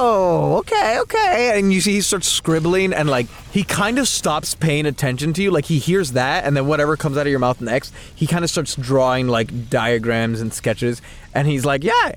Speaker 12: Oh, okay, okay.
Speaker 6: and you see he starts scribbling and like he kind of stops paying attention to you like he hears that and then whatever comes out of your mouth next he kind of starts drawing like diagrams and sketches and he's like yeah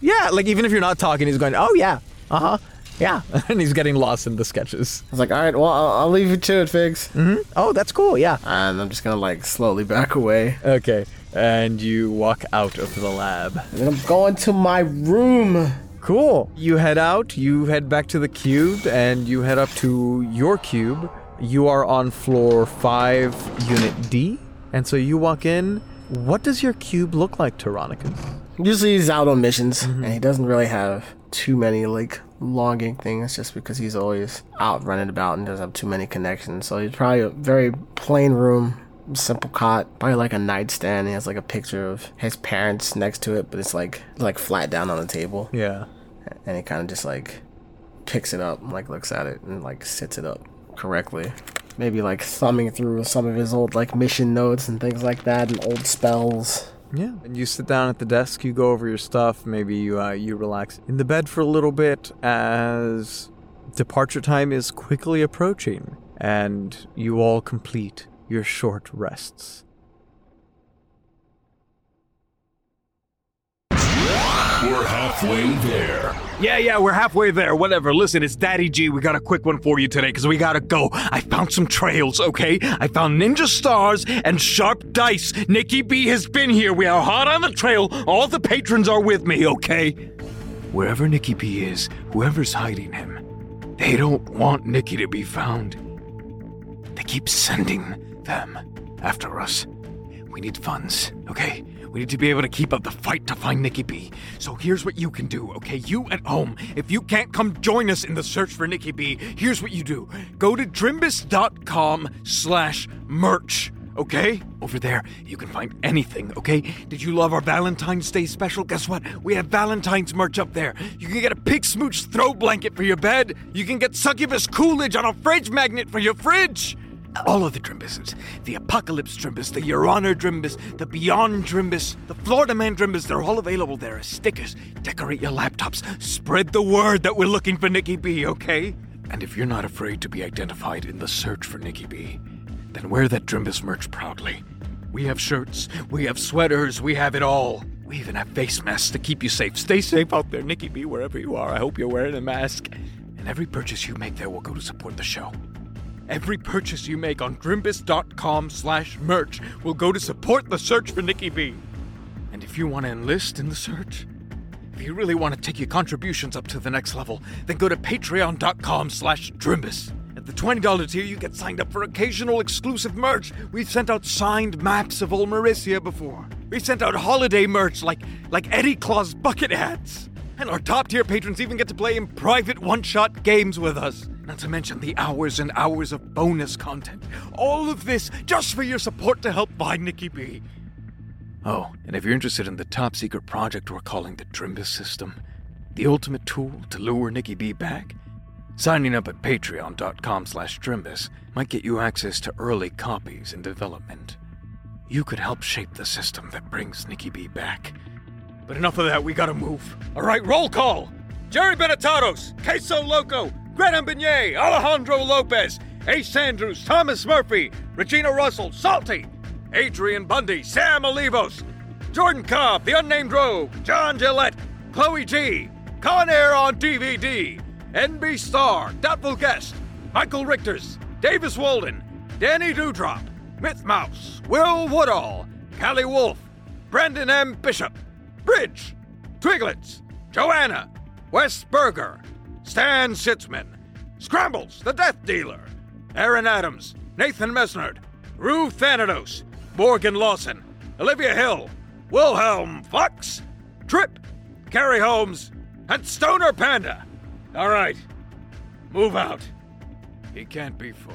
Speaker 6: yeah like even if you're not talking he's going oh yeah uh-huh yeah and he's getting lost in the sketches
Speaker 9: I was like, all right, well, I'll, I'll leave you to it, Figs.
Speaker 12: Mm-hmm. Oh, that's cool. Yeah.
Speaker 9: And I'm just gonna like slowly back away.
Speaker 6: Okay. And you walk out of the lab.
Speaker 9: And I'm going to my room.
Speaker 6: Cool. You head out, you head back to the cube, and you head up to your cube. You are on floor 5, unit D. And so you walk in. What does your cube look like, Tyrannicus? Mm-hmm.
Speaker 9: Usually he's out on missions, and he doesn't really have too many like logging things, just because he's always out running about and doesn't have too many connections. So he's probably a very plain room, simple cot, probably like a nightstand. He has like a picture of his parents next to it, but it's like like flat down on the table.
Speaker 6: Yeah.
Speaker 9: and he kind of just like picks it up, like looks at it, and like sits it up correctly. Maybe like thumbing through some of his old like mission notes and things like that, and old spells.
Speaker 6: Yeah. And you sit down at the desk, you go over your stuff, maybe you, uh, you relax in the bed for a little bit as departure time is quickly approaching, and you all complete your short rests.
Speaker 4: We're halfway there. Yeah, yeah, we're halfway there. Whatever. Listen, it's Daddy G. We got a quick one for you today because we gotta go. I found some trails, okay? I found ninja stars and sharp dice. Nikki B has been here. We are hot on the trail. All the patrons are with me, okay? Wherever Nikki B is, whoever's hiding him, they don't want Nikki to be found. They keep sending them after us. We need funds, okay? We need to be able to keep up the fight to find Nikki B. So here's what you can do, okay? You at home, if you can't come join us in the search for Nikki B, here's what you do. Go to drimbus.com slash merch, okay? Over there, you can find anything, okay? Did you love our Valentine's Day special? Guess what? We have Valentine's merch up there. You can get a pig smooch throw blanket for your bed. You can get succubus coolidge on a fridge magnet for your fridge. all of the Drimbuses. The Apocalypse Drimbus, the Your Honor Drimbus, the Beyond Drimbus, the Florida Man Drimbus, they're all available there as stickers. Decorate your laptops. Spread the word that we're looking for Nikki B, okay? And if you're not afraid to be identified in the search for Nikki B, then wear that Drimbus merch proudly. We have shirts, we have sweaters, we have it all. We even have face masks to keep you safe. Stay safe out there, Nikki B, wherever you are. I hope you're wearing a mask. And every purchase you make there will go to support the show. Every purchase you make on drimbus.com slash merch will go to support the search for Nikki B. And if you want to enlist in the search, if you really want to take your contributions up to the next level, then go to patreon.com slash drimbus. At the $20 tier, you get signed up for occasional exclusive merch. We've sent out signed maps of Olmericia before. We sent out holiday merch like like Eddie Claw's bucket hats. And our top tier patrons even get to play in private one-shot games with us. Not to mention the hours and hours of bonus content. All of this just for your support to help find Nikki B. Oh, and if you're interested in the top secret project we're calling the Drimbus System, the ultimate tool to lure Nikki B back, signing up at patreon.com slash Drimbus might get you access to early copies in development. You could help shape the system that brings Nikki B back. But enough of that, we gotta move. All right, roll call!
Speaker 13: Jerry Benetatos, Queso Loco, Greta Beignet, Alejandro Lopez, Ace Andrews, Thomas Murphy, Regina Russell, Salty, Adrian Bundy, Sam Olivos, Jordan Cobb, The Unnamed Rogue, John Gillette, Chloe G, Con Air on DVD, NB Star, Doubtful Guest, Michael Richters, Davis Walden, Danny Dewdrop, Myth Mouse, Will Woodall, Callie Wolf, Brendan M. Bishop, Bridge, Twiglets, Joanna, Wes Berger, Stan Sitzman, Scrambles, the Death Dealer, Aaron Adams, Nathan Mesnard, Rue Thanatos, Morgan Lawson, Olivia Hill, Wilhelm Fox, Tripp, Carrie Holmes, and Stoner Panda. All right, move out.
Speaker 4: He can't be far.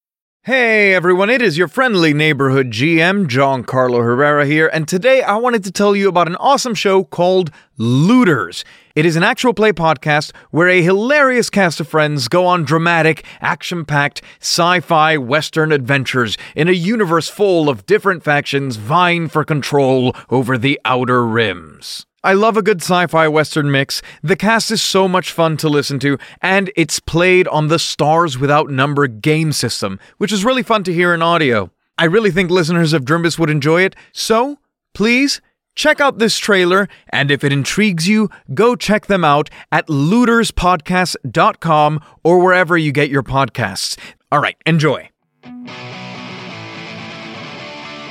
Speaker 6: Hey everyone, it is your friendly neighborhood GM, John Carlo Herrera here, and today I wanted to tell you about an awesome show called Looters. It is an actual play podcast where a hilarious cast of friends go on dramatic, action packed, sci fi Western adventures in a universe full of different factions vying for control over the outer rims. I love a good sci fi Western mix. The cast is so much fun to listen to, and it's played on the Stars Without Number game system, which is really fun to hear in audio. I really think listeners of Drimbus would enjoy it, so please check out this trailer, and if it intrigues you, go check them out at looterspodcast.com or wherever you get your podcasts. All right, enjoy.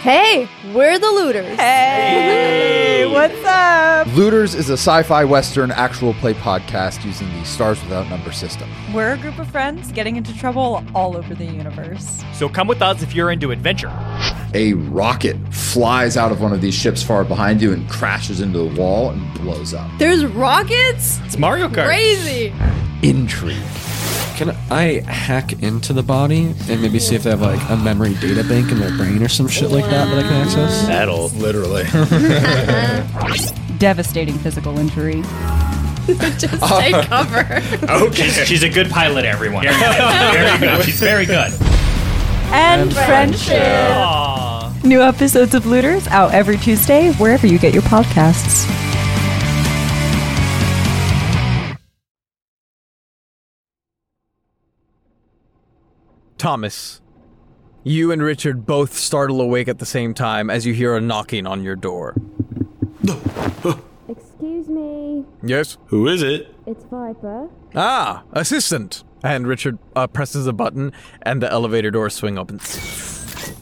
Speaker 14: Hey, we're the looters. Hey, what's up?
Speaker 15: Looters is a sci fi Western actual play podcast using the Stars Without Number system.
Speaker 16: We're a group of friends getting into trouble all over the universe.
Speaker 8: So come with us if you're into adventure.
Speaker 15: A rocket flies out of one of these ships far behind you and crashes into the wall and blows up.
Speaker 14: There's rockets? It's
Speaker 8: Mario Kart.
Speaker 14: Crazy.
Speaker 15: Intrigue.
Speaker 17: Can I hack into the body and maybe see if they have like a memory data bank in their brain or some shit like that that I can access?
Speaker 18: That'll literally.
Speaker 16: Devastating physical injury.
Speaker 14: Just take cover.
Speaker 8: She's, she's a good pilot, everyone. very good. She's very good.
Speaker 16: And
Speaker 14: Oh,
Speaker 16: friendship.
Speaker 8: Aw.
Speaker 16: New episodes of Looters out every Tuesday, wherever you get your podcasts.
Speaker 6: Thomas, you and Richard both startle awake at the same time as you hear a knocking on your door.
Speaker 19: Excuse me,
Speaker 6: Yes? Who is it?
Speaker 19: it's Viper.
Speaker 6: Ah, assistant! And Richard uh, presses a button, and the elevator doors swing open.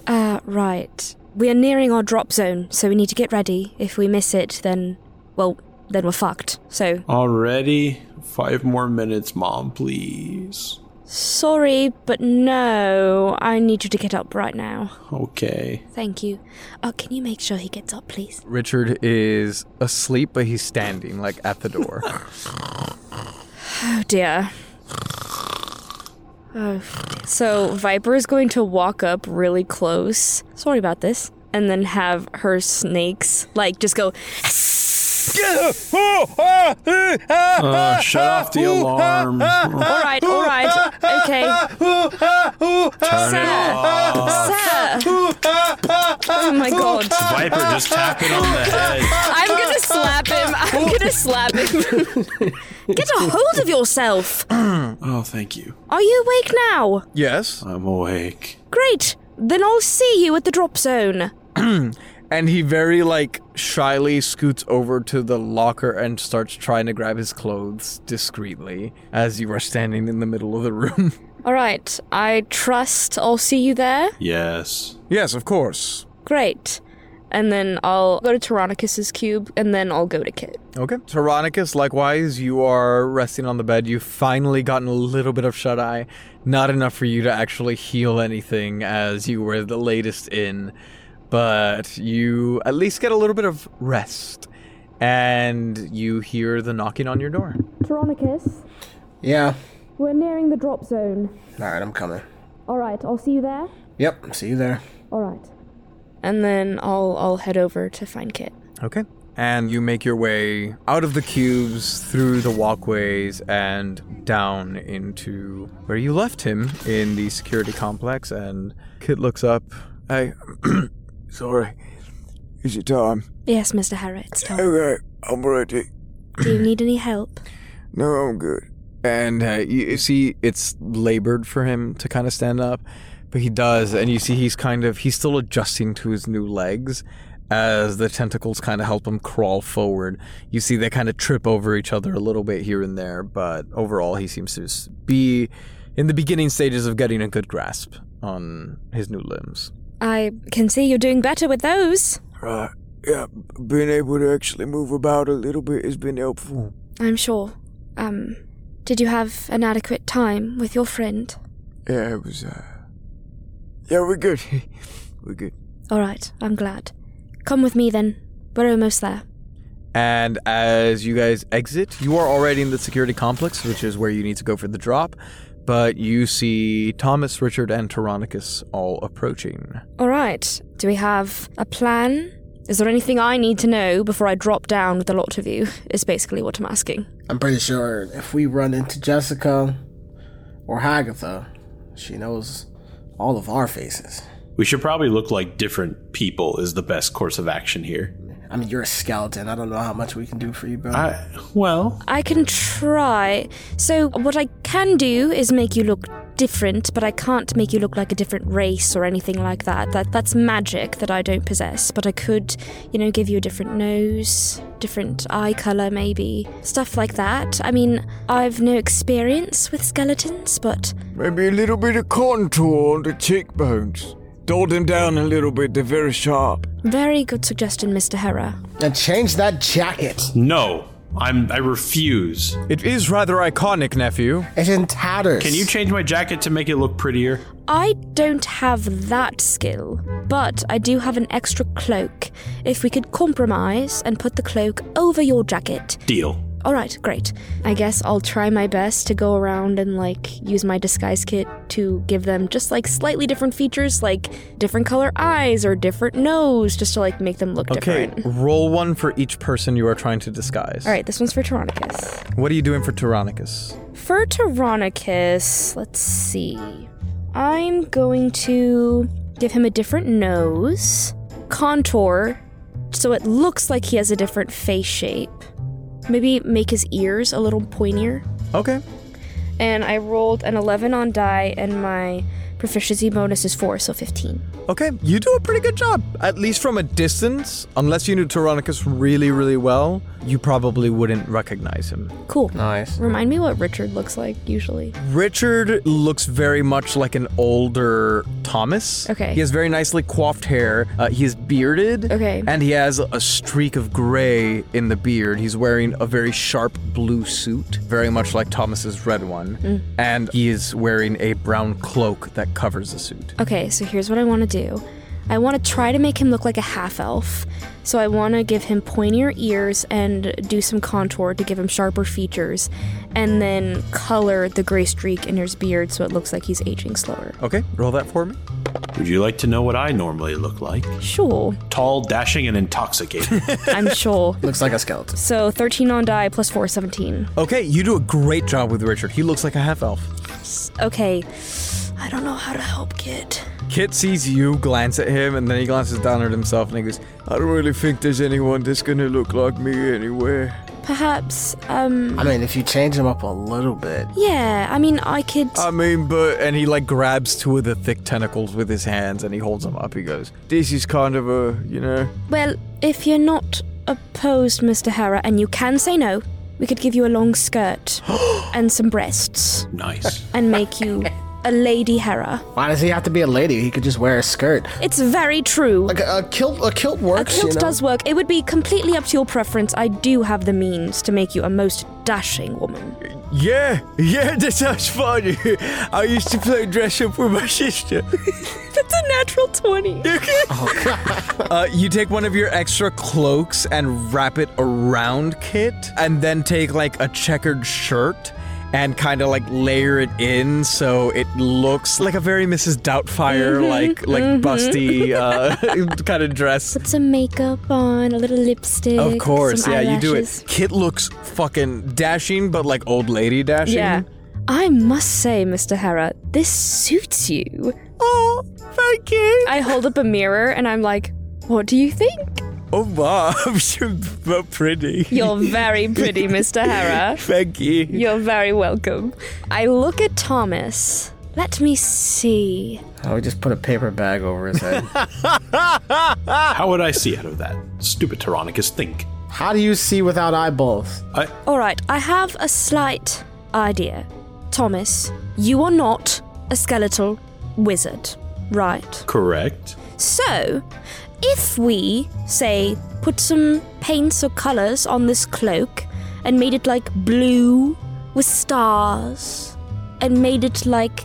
Speaker 7: Uh, right. We are nearing our drop zone, so we need to get ready. If we miss it, then, well, then we're fucked. So,
Speaker 18: Already
Speaker 8: Five more minutes, mom, please.
Speaker 7: Sorry, but no. I need you to get up right now.
Speaker 8: Okay.
Speaker 7: Thank you. Oh, can you make sure he gets up, please?
Speaker 6: Richard is asleep, but he's standing like at the door.
Speaker 7: Oh dear. Oh. So Viper is going to walk up really close. Sorry about this. And then have her snakes like just go.
Speaker 8: Uh, shut off the alarm.
Speaker 7: all right, all right, okay.
Speaker 8: Turn it off.
Speaker 7: Sir. Oh my god.
Speaker 8: Viper, just tap it on the head.
Speaker 7: I'm gonna slap him. I'm gonna slap him. Get a hold of yourself.
Speaker 8: Oh, thank you.
Speaker 7: Are you awake now?
Speaker 6: Yes.
Speaker 8: I'm awake.
Speaker 7: Great. Then I'll see you at the drop zone.
Speaker 6: and he very like shyly scoots over to the locker and starts trying to grab his clothes discreetly as you are standing in the middle of the room.
Speaker 7: All right. I trust I'll see you there.
Speaker 8: Yes.
Speaker 6: Yes, of course.
Speaker 7: Great. And then I'll go to Tyrannicus's cube, and then I'll go to Kit.
Speaker 6: Okay. Tyrannicus, likewise, you are resting on the bed. You've finally gotten a little bit of shut eye. Not enough for you to actually heal anything, as you were the latest in. But you at least get a little bit of rest. And you hear the knocking on your door.
Speaker 20: Tyrannicus,
Speaker 9: Yeah.
Speaker 20: we're nearing the drop zone.
Speaker 9: Alright, I'm coming.
Speaker 20: Alright, I'll see you there.
Speaker 9: Yep, see you there.
Speaker 20: Alright.
Speaker 7: And then I'll I'll head over to find Kit.
Speaker 6: Okay. And you make your way out of the cubes, through the walkways, and down into where you left him in the security complex. And Kit looks up. Hey,
Speaker 5: Sorry. Is it time?
Speaker 7: Yes, Mr. Harriet, it's time.
Speaker 5: Okay, I'm ready.
Speaker 7: Do you need any help?
Speaker 5: No, I'm good.
Speaker 6: And uh, you, you see, it's labored for him to kind of stand up, but he does. And you see, he's kind of he's still adjusting to his new legs as the tentacles kind of help him crawl forward. You see, they kind of trip over each other a little bit here and there, but overall, he seems to s- be in the beginning stages of getting a good grasp on his new limbs.
Speaker 7: I can see you're doing better with those.
Speaker 5: Right. Yeah, b- being able to actually move about a little bit has been helpful.
Speaker 7: I'm sure. Um, did you have an adequate time with your friend?
Speaker 5: Yeah, it was. Uh... Yeah, we're good. we're good.
Speaker 7: All right, I'm glad. Come with me then. We're almost there.
Speaker 6: And as you guys exit, you are already in the security complex, which is where you need to go for the drop. But you see Thomas, Richard, and Tyrannicus all approaching.
Speaker 7: All right. Do we have a plan? Is there anything I need to know before I drop down with the lot of you? Is basically what I'm asking.
Speaker 9: I'm pretty sure if we run into Jessica or Hagatha, she knows all of our faces.
Speaker 8: We should probably look like different people is the best course of action here.
Speaker 9: I mean, you're a skeleton. I don't know how much we can do for you, bro.
Speaker 8: I, well,
Speaker 7: I can try. So, what I can do is make you look different, but I can't make you look like a different race or anything like that. That that's magic that I don't possess, but I could, you know, give you a different nose, different eye color maybe. Stuff like that. I mean, I've no experience with skeletons, but
Speaker 5: Maybe a little bit of contour on the cheekbones. Dull them down a little bit, they're very sharp.
Speaker 7: very good suggestion, Mr. Hera.
Speaker 9: And change that jacket.
Speaker 8: No, I'm. I refuse.
Speaker 6: It is rather iconic, nephew.
Speaker 9: It's in tatters.
Speaker 8: Can you change my jacket to make it look prettier?
Speaker 7: I don't have that skill, but I do have an extra cloak. If we could compromise and put the cloak over your jacket,
Speaker 8: Deal.
Speaker 7: All right, great. I guess I'll try my best to go around and like use my disguise kit to give them just like slightly different features, like different color eyes or different nose, just to like make them look
Speaker 6: Okay,
Speaker 7: different.
Speaker 6: roll one for each person you are trying to disguise.
Speaker 7: All right, this one's for Tyrannicus.
Speaker 6: What are you doing for Tyrannicus?
Speaker 7: For Tyrannicus, let's see. I'm going to give him a different nose, contour, so it looks like he has a different face shape. Maybe make his ears a little pointier.
Speaker 6: Okay.
Speaker 7: and I rolled an 11 on die, and my Proficiency bonus is 4, so 15.
Speaker 6: Okay, you do a pretty good job. At least from a distance, unless you knew Tyrannicus really, really well, you probably wouldn't recognize him.
Speaker 7: Cool.
Speaker 9: Nice.
Speaker 7: Remind me what Richard looks like usually.
Speaker 6: Richard looks very much like an older Thomas.
Speaker 7: Okay.
Speaker 6: He has very nicely coiffed hair. Uh, he is bearded.
Speaker 7: Okay.
Speaker 6: And he has a streak of gray in the beard. He's wearing a very sharp blue suit, very much like Thomas's red one.
Speaker 7: Mm.
Speaker 6: And he is wearing a brown cloak that covers the suit.
Speaker 7: Okay, so here's what I want to do. I want to try to make him look like a half elf. So I want to give him pointier ears and do some contour to give him sharper features, and then color the gray streak in his beard so it looks like he's aging slower.
Speaker 6: Okay, roll that for me.
Speaker 8: Would you like to know what I normally look like?
Speaker 7: Sure.
Speaker 8: Tall, dashing, and intoxicated.
Speaker 7: I'm sure.
Speaker 9: Looks like a skeleton.
Speaker 7: So 13 on die plus 4, 17.
Speaker 6: Okay, you do a great job with Richard. He looks like a half elf.
Speaker 7: Okay. I don't know how to help Kit.
Speaker 6: Kit sees you glance at him, and then he glances down at himself, and he goes,
Speaker 5: I don't really think there's anyone that's gonna look like me anywhere.
Speaker 7: Perhaps, um.
Speaker 9: I mean, if you change him up a little bit.
Speaker 7: Yeah, I mean, I could.
Speaker 9: Oh,
Speaker 6: I mean, but. And he, like, grabs two of the thick tentacles with his hands, and he holds them up. He goes,
Speaker 5: This is kind of a, you know.
Speaker 7: Well, if you're not opposed, Mr. Hara, and you can say no, we could give you a long skirt and some breasts.
Speaker 8: Nice.
Speaker 7: And make you a Lady Hera.
Speaker 9: Why does he have to be a lady? He could just wear a skirt.
Speaker 7: It's very true. Like
Speaker 9: a, kilt, a kilt works.
Speaker 7: A kilt
Speaker 9: you know?
Speaker 7: does work. It would be completely up to your preference. I do have the means to make you a most dashing woman.
Speaker 5: Yeah, yeah, that sounds fun. I used to play dress up with my sister.
Speaker 7: That's a natural 20. Oh,
Speaker 6: uh, you take one of your extra cloaks and wrap it around Kit, and then take like a checkered shirt and kind of like layer it in so it looks like a very Mrs. Doubtfire,
Speaker 7: Mhm,
Speaker 6: like like
Speaker 7: mhm.
Speaker 6: busty uh, kind of dress.
Speaker 7: Put some makeup on, a little lipstick.
Speaker 6: Of course,
Speaker 7: some
Speaker 6: yeah, you do
Speaker 7: eyelashes.
Speaker 6: it. Kit looks fucking dashing, but like old lady dashing.
Speaker 7: Yeah. I must say, Mr. Hera, this suits you. Oh,
Speaker 6: thank you.
Speaker 7: I hold up a mirror and I'm like, what do you think?
Speaker 5: Oh, wow, I'm so so pretty.
Speaker 7: You're very pretty, Mr. Hera.
Speaker 5: Thank you.
Speaker 7: You're very welcome. I look at Thomas. Let me see.
Speaker 9: I would just put a paper bag over his head.
Speaker 8: Ah! How would I see out of that? Stupid Tyrannicus, think.
Speaker 9: How do you see without eyeballs?
Speaker 8: I,
Speaker 7: All right, I have a slight idea. Thomas, you are not a skeletal wizard, right?
Speaker 8: correct.
Speaker 7: So, if we, say, put some paints or colours on this cloak and made it like blue with stars and made it like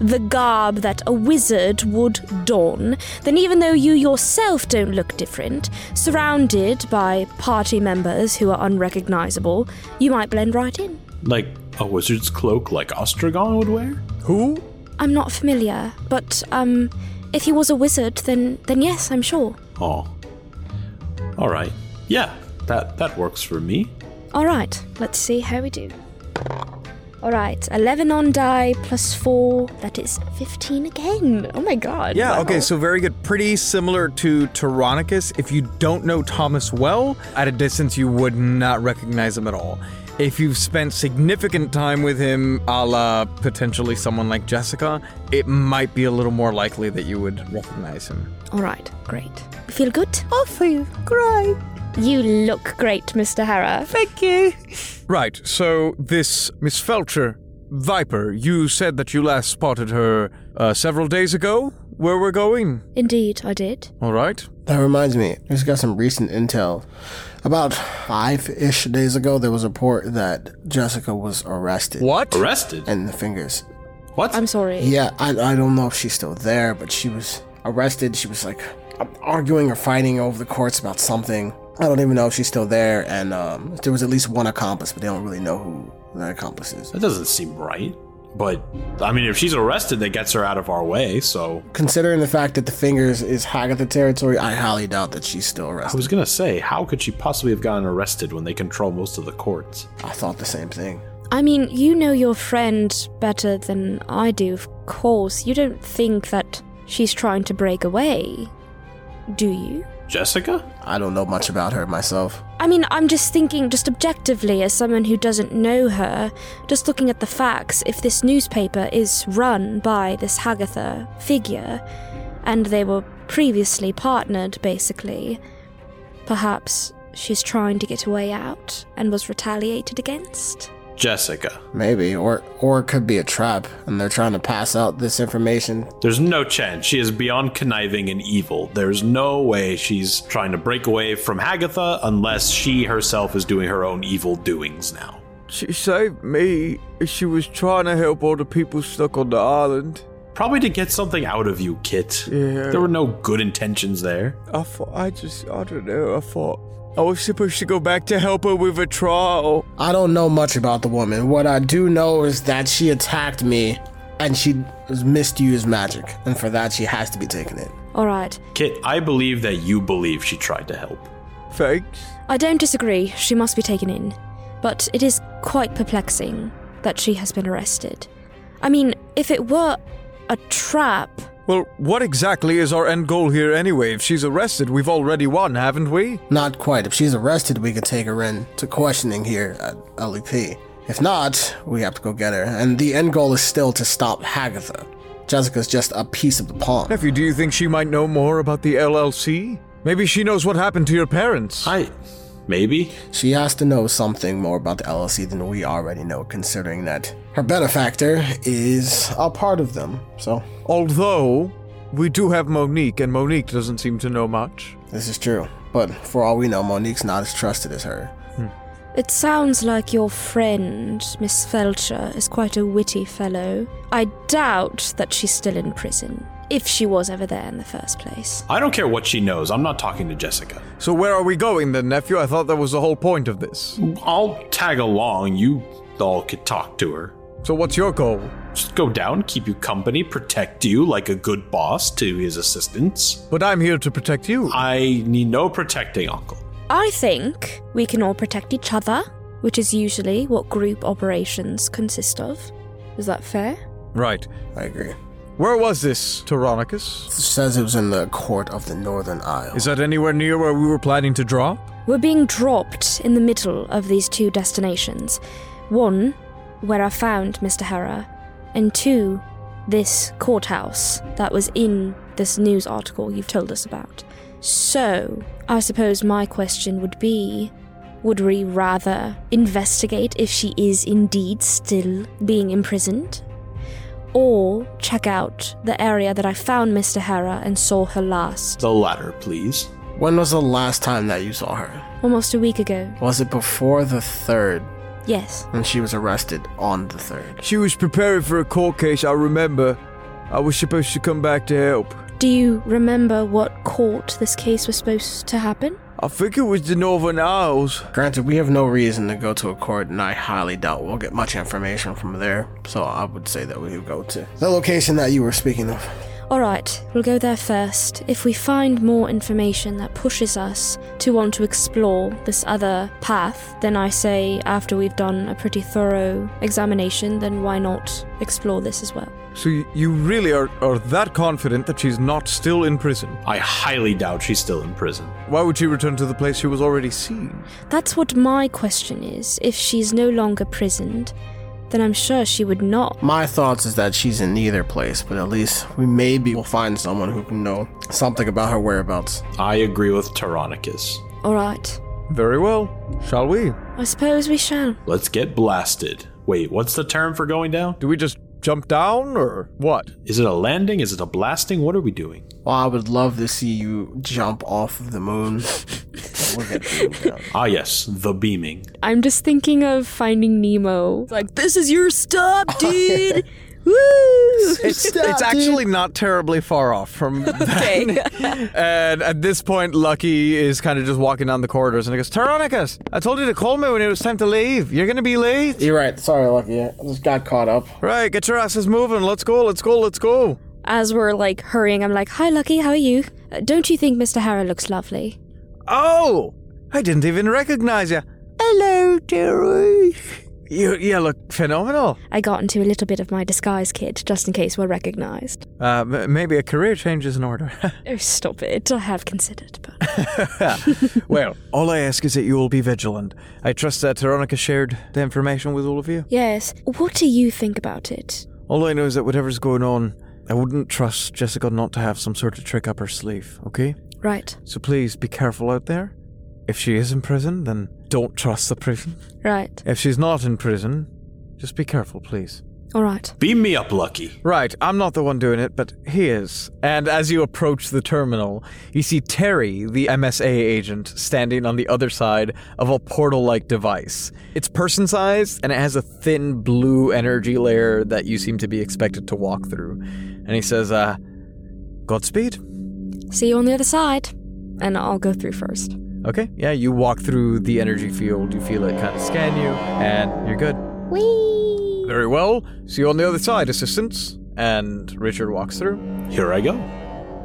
Speaker 7: the garb that a wizard would don, then even though you yourself don't look different, surrounded by party members who are unrecognisable, you might blend right in.
Speaker 8: Like a wizard's cloak like Ostrogon would wear? Who?
Speaker 7: I'm not familiar, but um, if he was a wizard, then then yes, I'm sure.
Speaker 8: Oh. All right. Yeah, that that works for me.
Speaker 7: All right, let's see how we do. All right, 11 on die plus 4, that is 15 again. Oh my god.
Speaker 6: Yeah,
Speaker 7: wow.
Speaker 6: okay, so very good. Pretty similar to Tyrannicus. If you don't know Thomas well, at a distance you would not recognize him at all. If you've spent significant time with him, a la potentially someone like Jessica, it might be a little more likely that you would recognize him.
Speaker 7: All right, great. Feel good? I feel great. You look great, Mr. Hara. Thank you.
Speaker 6: Right, so this Miss Felcher, Viper, you said that you last spotted her uh, several days ago where we're going.
Speaker 7: Indeed, I did.
Speaker 6: All right.
Speaker 9: That reminds me, I just got some recent intel. About five ish days ago, there was a report that Jessica was arrested.
Speaker 6: What?
Speaker 8: Arrested?
Speaker 9: And the fingers.
Speaker 8: What?
Speaker 7: I'm sorry.
Speaker 9: Yeah, I, I don't know if she's still there, but she was arrested. She was like um, arguing or fighting over the courts about something. I don't even know if she's still there. And um, there was at least one accomplice, but they don't really know who that accomplice is.
Speaker 8: That doesn't seem right. But I mean, if she's arrested, that gets her out of our way. So
Speaker 9: Considering the fact that the fingers is Hagatha territory, I highly doubt that she's still
Speaker 8: I
Speaker 9: arrested.
Speaker 8: was gonna say, how could she possibly have gotten arrested when they control most of the courts?
Speaker 9: I thought the same thing.
Speaker 7: I mean, you know your friend better than I do, of course. You don't think that she's trying to break away, do you?
Speaker 8: Jessica?
Speaker 9: I don't know much about her myself.
Speaker 7: I mean, I'm just thinking, just objectively, as someone who doesn't know her, just looking at the facts, if this newspaper is run by this Hagatha figure, and they were previously partnered, basically, perhaps she's trying to get a way out and was retaliated against?
Speaker 8: Jessica.
Speaker 9: Maybe, or or it could be a trap, and they're trying to pass out this information.
Speaker 8: There's no chance. She is beyond conniving and evil. There's no way she's trying to break away from Hagatha unless she herself is doing her own evil doings now.
Speaker 5: She saved me. She was trying to help all the people stuck on the island.
Speaker 8: Probably to get something out of you, Kit.
Speaker 5: Yeah. Oh,
Speaker 8: There were no good intentions there.
Speaker 5: I thought, I just, I don't know. I thought I was supposed to go back to help her with a trial.
Speaker 9: I don't know much about the woman. What I do know is that she attacked me, and she misused magic, and for that she has to be taken in.
Speaker 7: All right.
Speaker 8: Kit, I believe that you believe she tried to help.
Speaker 5: Thanks.
Speaker 7: I don't disagree, she must be taken in. But it is quite perplexing that she has been arrested. I mean, if it were a trap,
Speaker 6: Well, what exactly is our end goal here anyway? If she's arrested, we've already won, haven't we?
Speaker 9: Not quite. If she's arrested, we could take her in to questioning here at LEP. If not, we have to go get her, and the end goal is still to stop Hagatha. Jessica's just a piece of the pawn.
Speaker 6: Nephew, do you think she might know more about the LLC? Maybe she knows what happened to your parents.
Speaker 8: I. Maybe.
Speaker 9: She has to know something more about the LLC than we already know, considering that her benefactor is a part of them. So,
Speaker 6: Although, we do have Monique, and Monique doesn't seem to know much.
Speaker 9: This is true. But for all we know, Monique's not as trusted as her.
Speaker 7: it sounds like your friend, Miss Felcher, is quite a witty fellow. I doubt that she's still in prison, if she was ever there in the first place.
Speaker 8: I don't care what she knows. I'm not talking to Jessica.
Speaker 6: So where are we going then, nephew? I thought that was the whole point of this.
Speaker 8: I'll tag along. You all could talk to her.
Speaker 6: So what's your goal?
Speaker 8: Just go down, keep you company, protect you like a good boss to his assistants.
Speaker 6: But I'm here to protect you.
Speaker 8: I need no protecting, Uncle.
Speaker 7: I think we can all protect each other, which is usually what group operations consist of. Is that fair?
Speaker 6: Right.
Speaker 9: I agree.
Speaker 6: Where was this, Tyrannicus?
Speaker 9: says it was in the court of the Northern Isle.
Speaker 6: Is that anywhere near where we were planning to drop?
Speaker 7: We're being dropped in the middle of these two destinations. One, where I found Mr. Hera, and two, this courthouse that was in this news article you've told us about. So, I suppose my question would be would we rather investigate if she is indeed still being imprisoned? Or check out the area that I found Mr. Hera and saw her last,
Speaker 8: The latter, please.
Speaker 9: When was the last time that you saw her?
Speaker 7: almost a week ago.
Speaker 9: Was it before the 3rd?
Speaker 7: Yes.
Speaker 9: And she was arrested on the 3rd.
Speaker 5: She was preparing for a court case, I remember. I was supposed to come back to help.
Speaker 7: Do you remember what court this case was supposed to happen?
Speaker 5: I think it was the Northern Isles.
Speaker 9: Granted, we have no reason to go to a court, and I highly doubt we'll get much information from there, so I would say that we would go to the location that you were speaking of.
Speaker 7: Alright, we'll go there first. If we find more information that pushes us to want to explore this other path, then I say after we've done a pretty thorough examination, then why not explore this as well?
Speaker 6: So y- you really are, are that confident that she's not still in prison?
Speaker 8: I highly doubt she's still in prison.
Speaker 6: Why would she return to the place she was already seen?
Speaker 7: That's what my question is. If she's no longer prisoned, then I'm sure she would not.
Speaker 9: My thoughts is that she's in neither place, but at least we maybe will find someone who can know something about her whereabouts.
Speaker 8: I agree with Tyrannicus.
Speaker 7: Alright,
Speaker 6: Very well. Shall we?
Speaker 7: I suppose we shall.
Speaker 8: Let's get blasted. Wait, what's the term for going down?
Speaker 6: Do we just jump down or what?
Speaker 8: Is it a landing? Is it a blasting? What are we doing?
Speaker 9: Well, I would love to see you jump off of the moon. We'll get to you.
Speaker 8: Ah, yes, the beaming.
Speaker 7: I'm just thinking of finding Nemo. Like, this is your stop, dude! Woo!
Speaker 6: It's, it's actually not terribly far off from that. and at this point, Lucky is kind of just walking down the corridors and he goes, Tyrannicus, I told you to call me when it was time to leave. You're going to be late.
Speaker 9: You're right. Sorry, Lucky. I just got caught up.
Speaker 6: Right, get your asses moving. Let's go, let's go, let's go.
Speaker 7: As we're like hurrying, I'm like, "Hi, Lucky. How are you? Uh, don't you think Mr. Harrow looks lovely?"
Speaker 6: Oh, I didn't even recognize you. Hello, Terry. You you look phenomenal.
Speaker 7: I got into a little bit of my disguise kit just in case we're recognized.
Speaker 6: Uh, m- maybe a career change is in order.
Speaker 7: Oh, stop it. I have considered, but
Speaker 6: well, all I ask is that you will be vigilant. I trust that Veronica shared the information with all of you.
Speaker 7: yes. What do you think about it?
Speaker 6: All I know is that whatever's going on, I wouldn't trust Jessica not to have some sort of trick up her sleeve, okay?
Speaker 7: Right.
Speaker 6: So please be careful out there. If she is in prison, then don't trust the prison.
Speaker 7: Right.
Speaker 6: If she's not in prison, just be careful, please.
Speaker 7: All right.
Speaker 8: Beam me up, Lucky.
Speaker 6: Right, I'm not the one doing it, but he is. And as you approach the terminal, you see Terry, the MSA agent, standing on the other side of a portal like device. It's person sized and it has a thin blue energy layer that you seem to be expected to walk through. And he says, uh, Godspeed.
Speaker 7: See you on the other side. And I'll go through first.
Speaker 6: Okay, yeah, you walk through the energy field, you feel it kind of scan you, and you're good. Whee! Very well. See you on the other side, assistants. And Richard walks through.
Speaker 8: Here I go.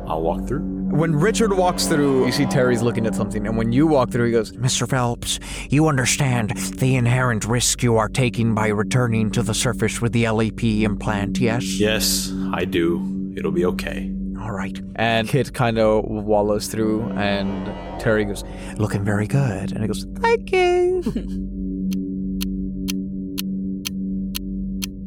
Speaker 8: I'll walk through.
Speaker 6: When Richard walks through, you see Terry's looking at something, and when you walk through, he goes,
Speaker 21: Mr. Phelps, you understand the inherent risk you are taking by returning to the surface with the LEP implant, yes?
Speaker 8: Yes, I do. It'll be okay.
Speaker 21: All right.
Speaker 6: And Kit kind of wallows through, and Terry goes,
Speaker 21: Looking very good. And he goes,
Speaker 12: Thank you.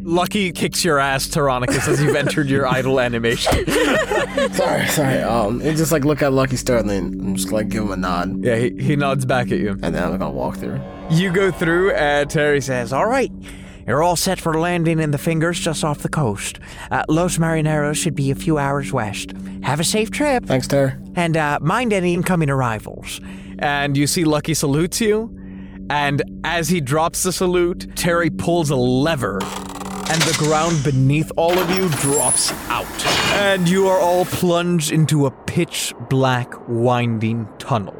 Speaker 6: Lucky kicks your ass, Tyrannicus, as you've entered your idle animation.
Speaker 9: sorry, sorry. Um, and just like look at Lucky Star and then I'm just like give him a nod.
Speaker 6: Yeah, he, he nods back at you.
Speaker 9: And then I'm gonna walk through.
Speaker 6: You go through, and Terry
Speaker 21: says, All right. You're all set for landing in the fingers just off the coast. Uh, Los Marineros should be a few hours west. Have a safe trip.
Speaker 9: Thanks, Terry.
Speaker 21: And uh, mind any incoming arrivals.
Speaker 6: and you see Lucky salutes you. And as he drops the salute, Terry pulls a lever, and the ground beneath all of you drops out. And you are all plunged into a pitch black, winding tunnel.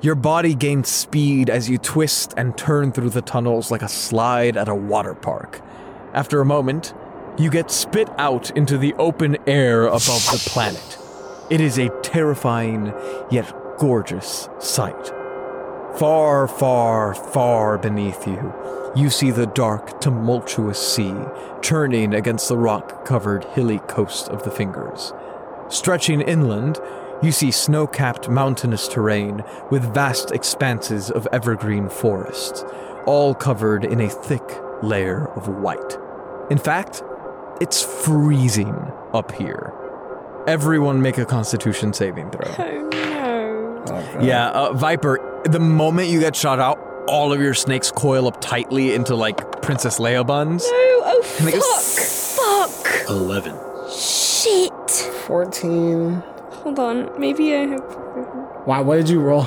Speaker 6: Your body gains speed as you twist and turn through the tunnels like a slide at a water park. After a moment, you get spit out into the open air above the planet. It is a terrifying yet gorgeous sight. Far, far, far beneath you, you see the dark, tumultuous sea churning against the rock covered, hilly coast of the Fingers. Stretching inland, you see snow capped mountainous terrain with vast expanses of evergreen forests, all covered in a thick layer of white. In fact, it's freezing up here. Everyone make a constitution saving throw. Yeah, uh, Viper, the moment you get shot out, all of your snakes coil up tightly into like Princess Leia buns.
Speaker 7: Oh, oh, fuck. Fuck.
Speaker 8: 11.
Speaker 7: Shit.
Speaker 9: 14.
Speaker 7: Hold on. Maybe I have.
Speaker 9: Wow, what did you roll?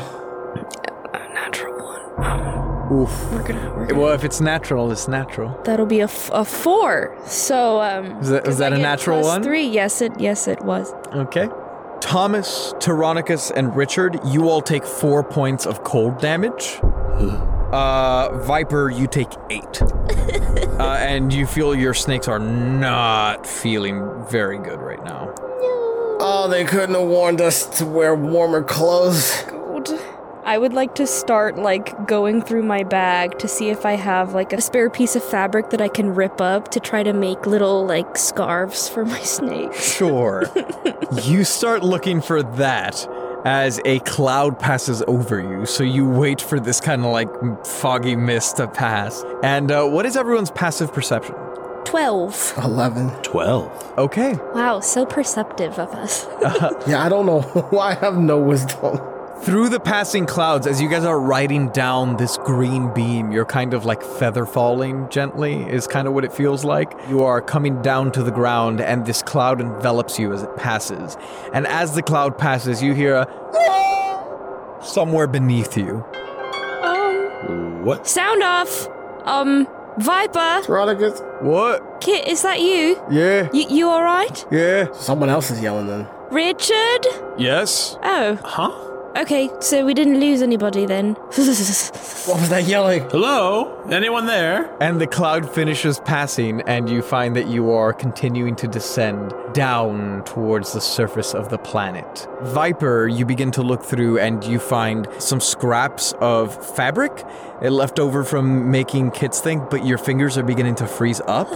Speaker 6: Oof. Well, if it's natural, it's natural.
Speaker 7: That'll be a, f- a four. So, um.
Speaker 6: Is that, is that a natural
Speaker 7: plus
Speaker 6: one?
Speaker 7: Three. Yes, it, yes, it was.
Speaker 6: Okay. Thomas, Tyrannicus, and Richard, you all take four points of cold damage. Uh, Viper, you take eight. uh, and you feel your snakes are not feeling very good right now.
Speaker 9: Oh, they couldn't have warned us to wear warmer clothes.
Speaker 7: I would like to start like going through my bag to see if I have like a spare piece of fabric that I can rip up to try to make little like scarves for my snakes.
Speaker 6: Sure. you start looking for that as a cloud passes over you. So you wait for this kind of like foggy mist to pass. And uh, what is everyone's passive perception?
Speaker 7: 12.
Speaker 9: 11.
Speaker 8: 12.
Speaker 6: Okay.
Speaker 7: Wow, so perceptive of us.
Speaker 9: yeah, I don't know. I have no wisdom.
Speaker 6: Through the passing clouds, as you guys are riding down this green beam, you're kind of like feather falling gently, is kind of what it feels like. You are coming down to the ground, and this cloud envelops you as it passes. And as the cloud passes, you hear a somewhere beneath you.
Speaker 7: Um,
Speaker 8: what?
Speaker 7: Sound off. Um, Viper.
Speaker 9: Veronica.
Speaker 6: What?
Speaker 7: Kit, is that you?
Speaker 9: Yeah.
Speaker 7: Y- you all right?
Speaker 6: Yeah.
Speaker 9: Someone else is yelling then.
Speaker 7: Richard?
Speaker 8: Yes?
Speaker 7: Oh.
Speaker 8: Huh?
Speaker 7: Okay, so we didn't lose anybody then.
Speaker 9: What was that yelling?
Speaker 8: Hello? Anyone there?
Speaker 6: And the cloud finishes passing, and you find that you are continuing to descend down towards the surface of the planet. Viper, you begin to look through, and you find some scraps of fabric eh, left over from making Kit's thing, but your fingers are beginning to freeze up.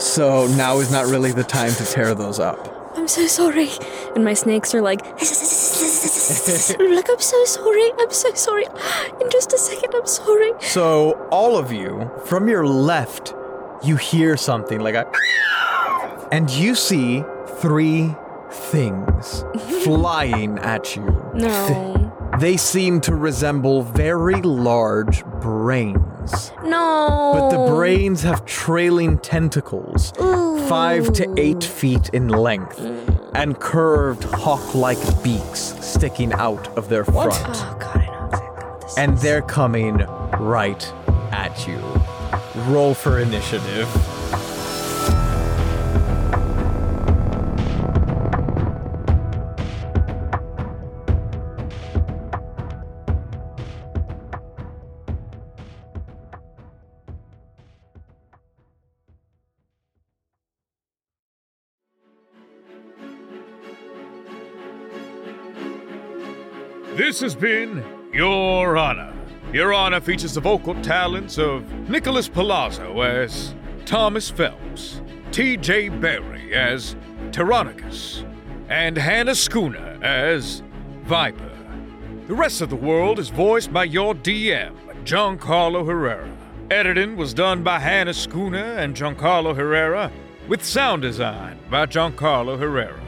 Speaker 6: So now is not really the time to tear those up.
Speaker 7: I'm so sorry. And my snakes are like, look, I'm so sorry. I'm so sorry. In just a second, I'm sorry.
Speaker 6: So, all of you, from your left, you hear something like a. And you see three things flying at you.
Speaker 7: No.
Speaker 6: They seem to resemble very large brains.
Speaker 7: No.
Speaker 6: But the brains have trailing tentacles, five to eight feet in length, and curved hawk like beaks sticking out of their front.
Speaker 7: Oh,
Speaker 6: And they're coming right at you. Roll for initiative.
Speaker 4: This has been Your Honor. Your Honor features the vocal talents of Nicholas Palazzo as Thomas Phelps, T.J. Barry as Tyrannicus, and Hannah Schooner as Viper. The rest of the world is voiced by your DM, Giancarlo Herrera. Editing was done by Hannah Schooner and Giancarlo Herrera, with sound design by Giancarlo Herrera.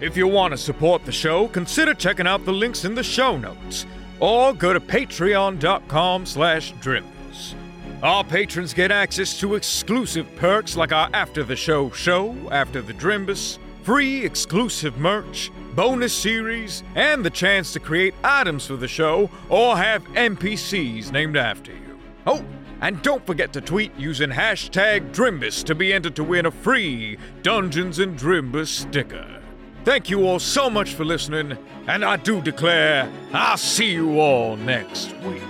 Speaker 4: If you want to support the show, consider checking out the links in the show notes, or go to patreon.com slash drimbus. Our patrons get access to exclusive perks like our After the Show show, After the Drimbus, free exclusive merch, bonus series, and the chance to create items for the show or have NPCs named after you. Oh, and don't forget to tweet using hashtag Drimbus to be entered to win a free Dungeons and Drimbus sticker. Thank you all so much for listening, and I do declare I'll see you all next week.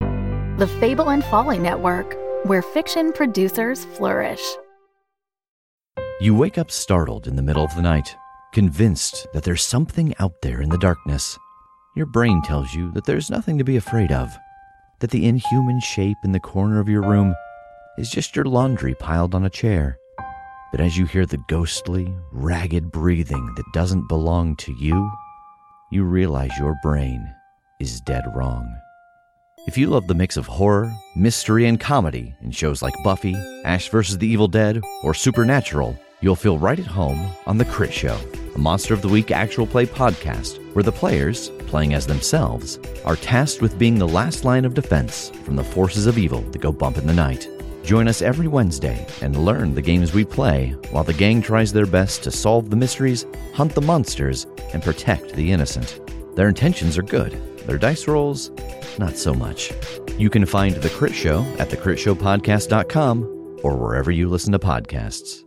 Speaker 2: The Fable and Folly Network, where fiction producers flourish.
Speaker 1: You wake up startled in the middle of the night, convinced that there's something out there in the darkness. Your brain tells you that there's nothing to be afraid of, that the inhuman shape in the corner of your room is just your laundry piled on a chair. But as you hear the ghostly, ragged breathing that doesn't belong to you, you realize your brain is dead wrong. If you love the mix of horror, mystery, and comedy in shows like Buffy, Ash vs. the Evil Dead, or Supernatural, you'll feel right at home on The Crit Show, a Monster of the Week actual play podcast where the players, playing as themselves, are tasked with being the last line of defense from the forces of evil that go bump in the night. Join us every Wednesday and learn the games we play while the gang tries their best to solve the mysteries, hunt the monsters, and protect the innocent. Their intentions are good, their dice rolls, not so much. You can find The Crit Show at thecritshowpodcast.com or wherever you listen to podcasts.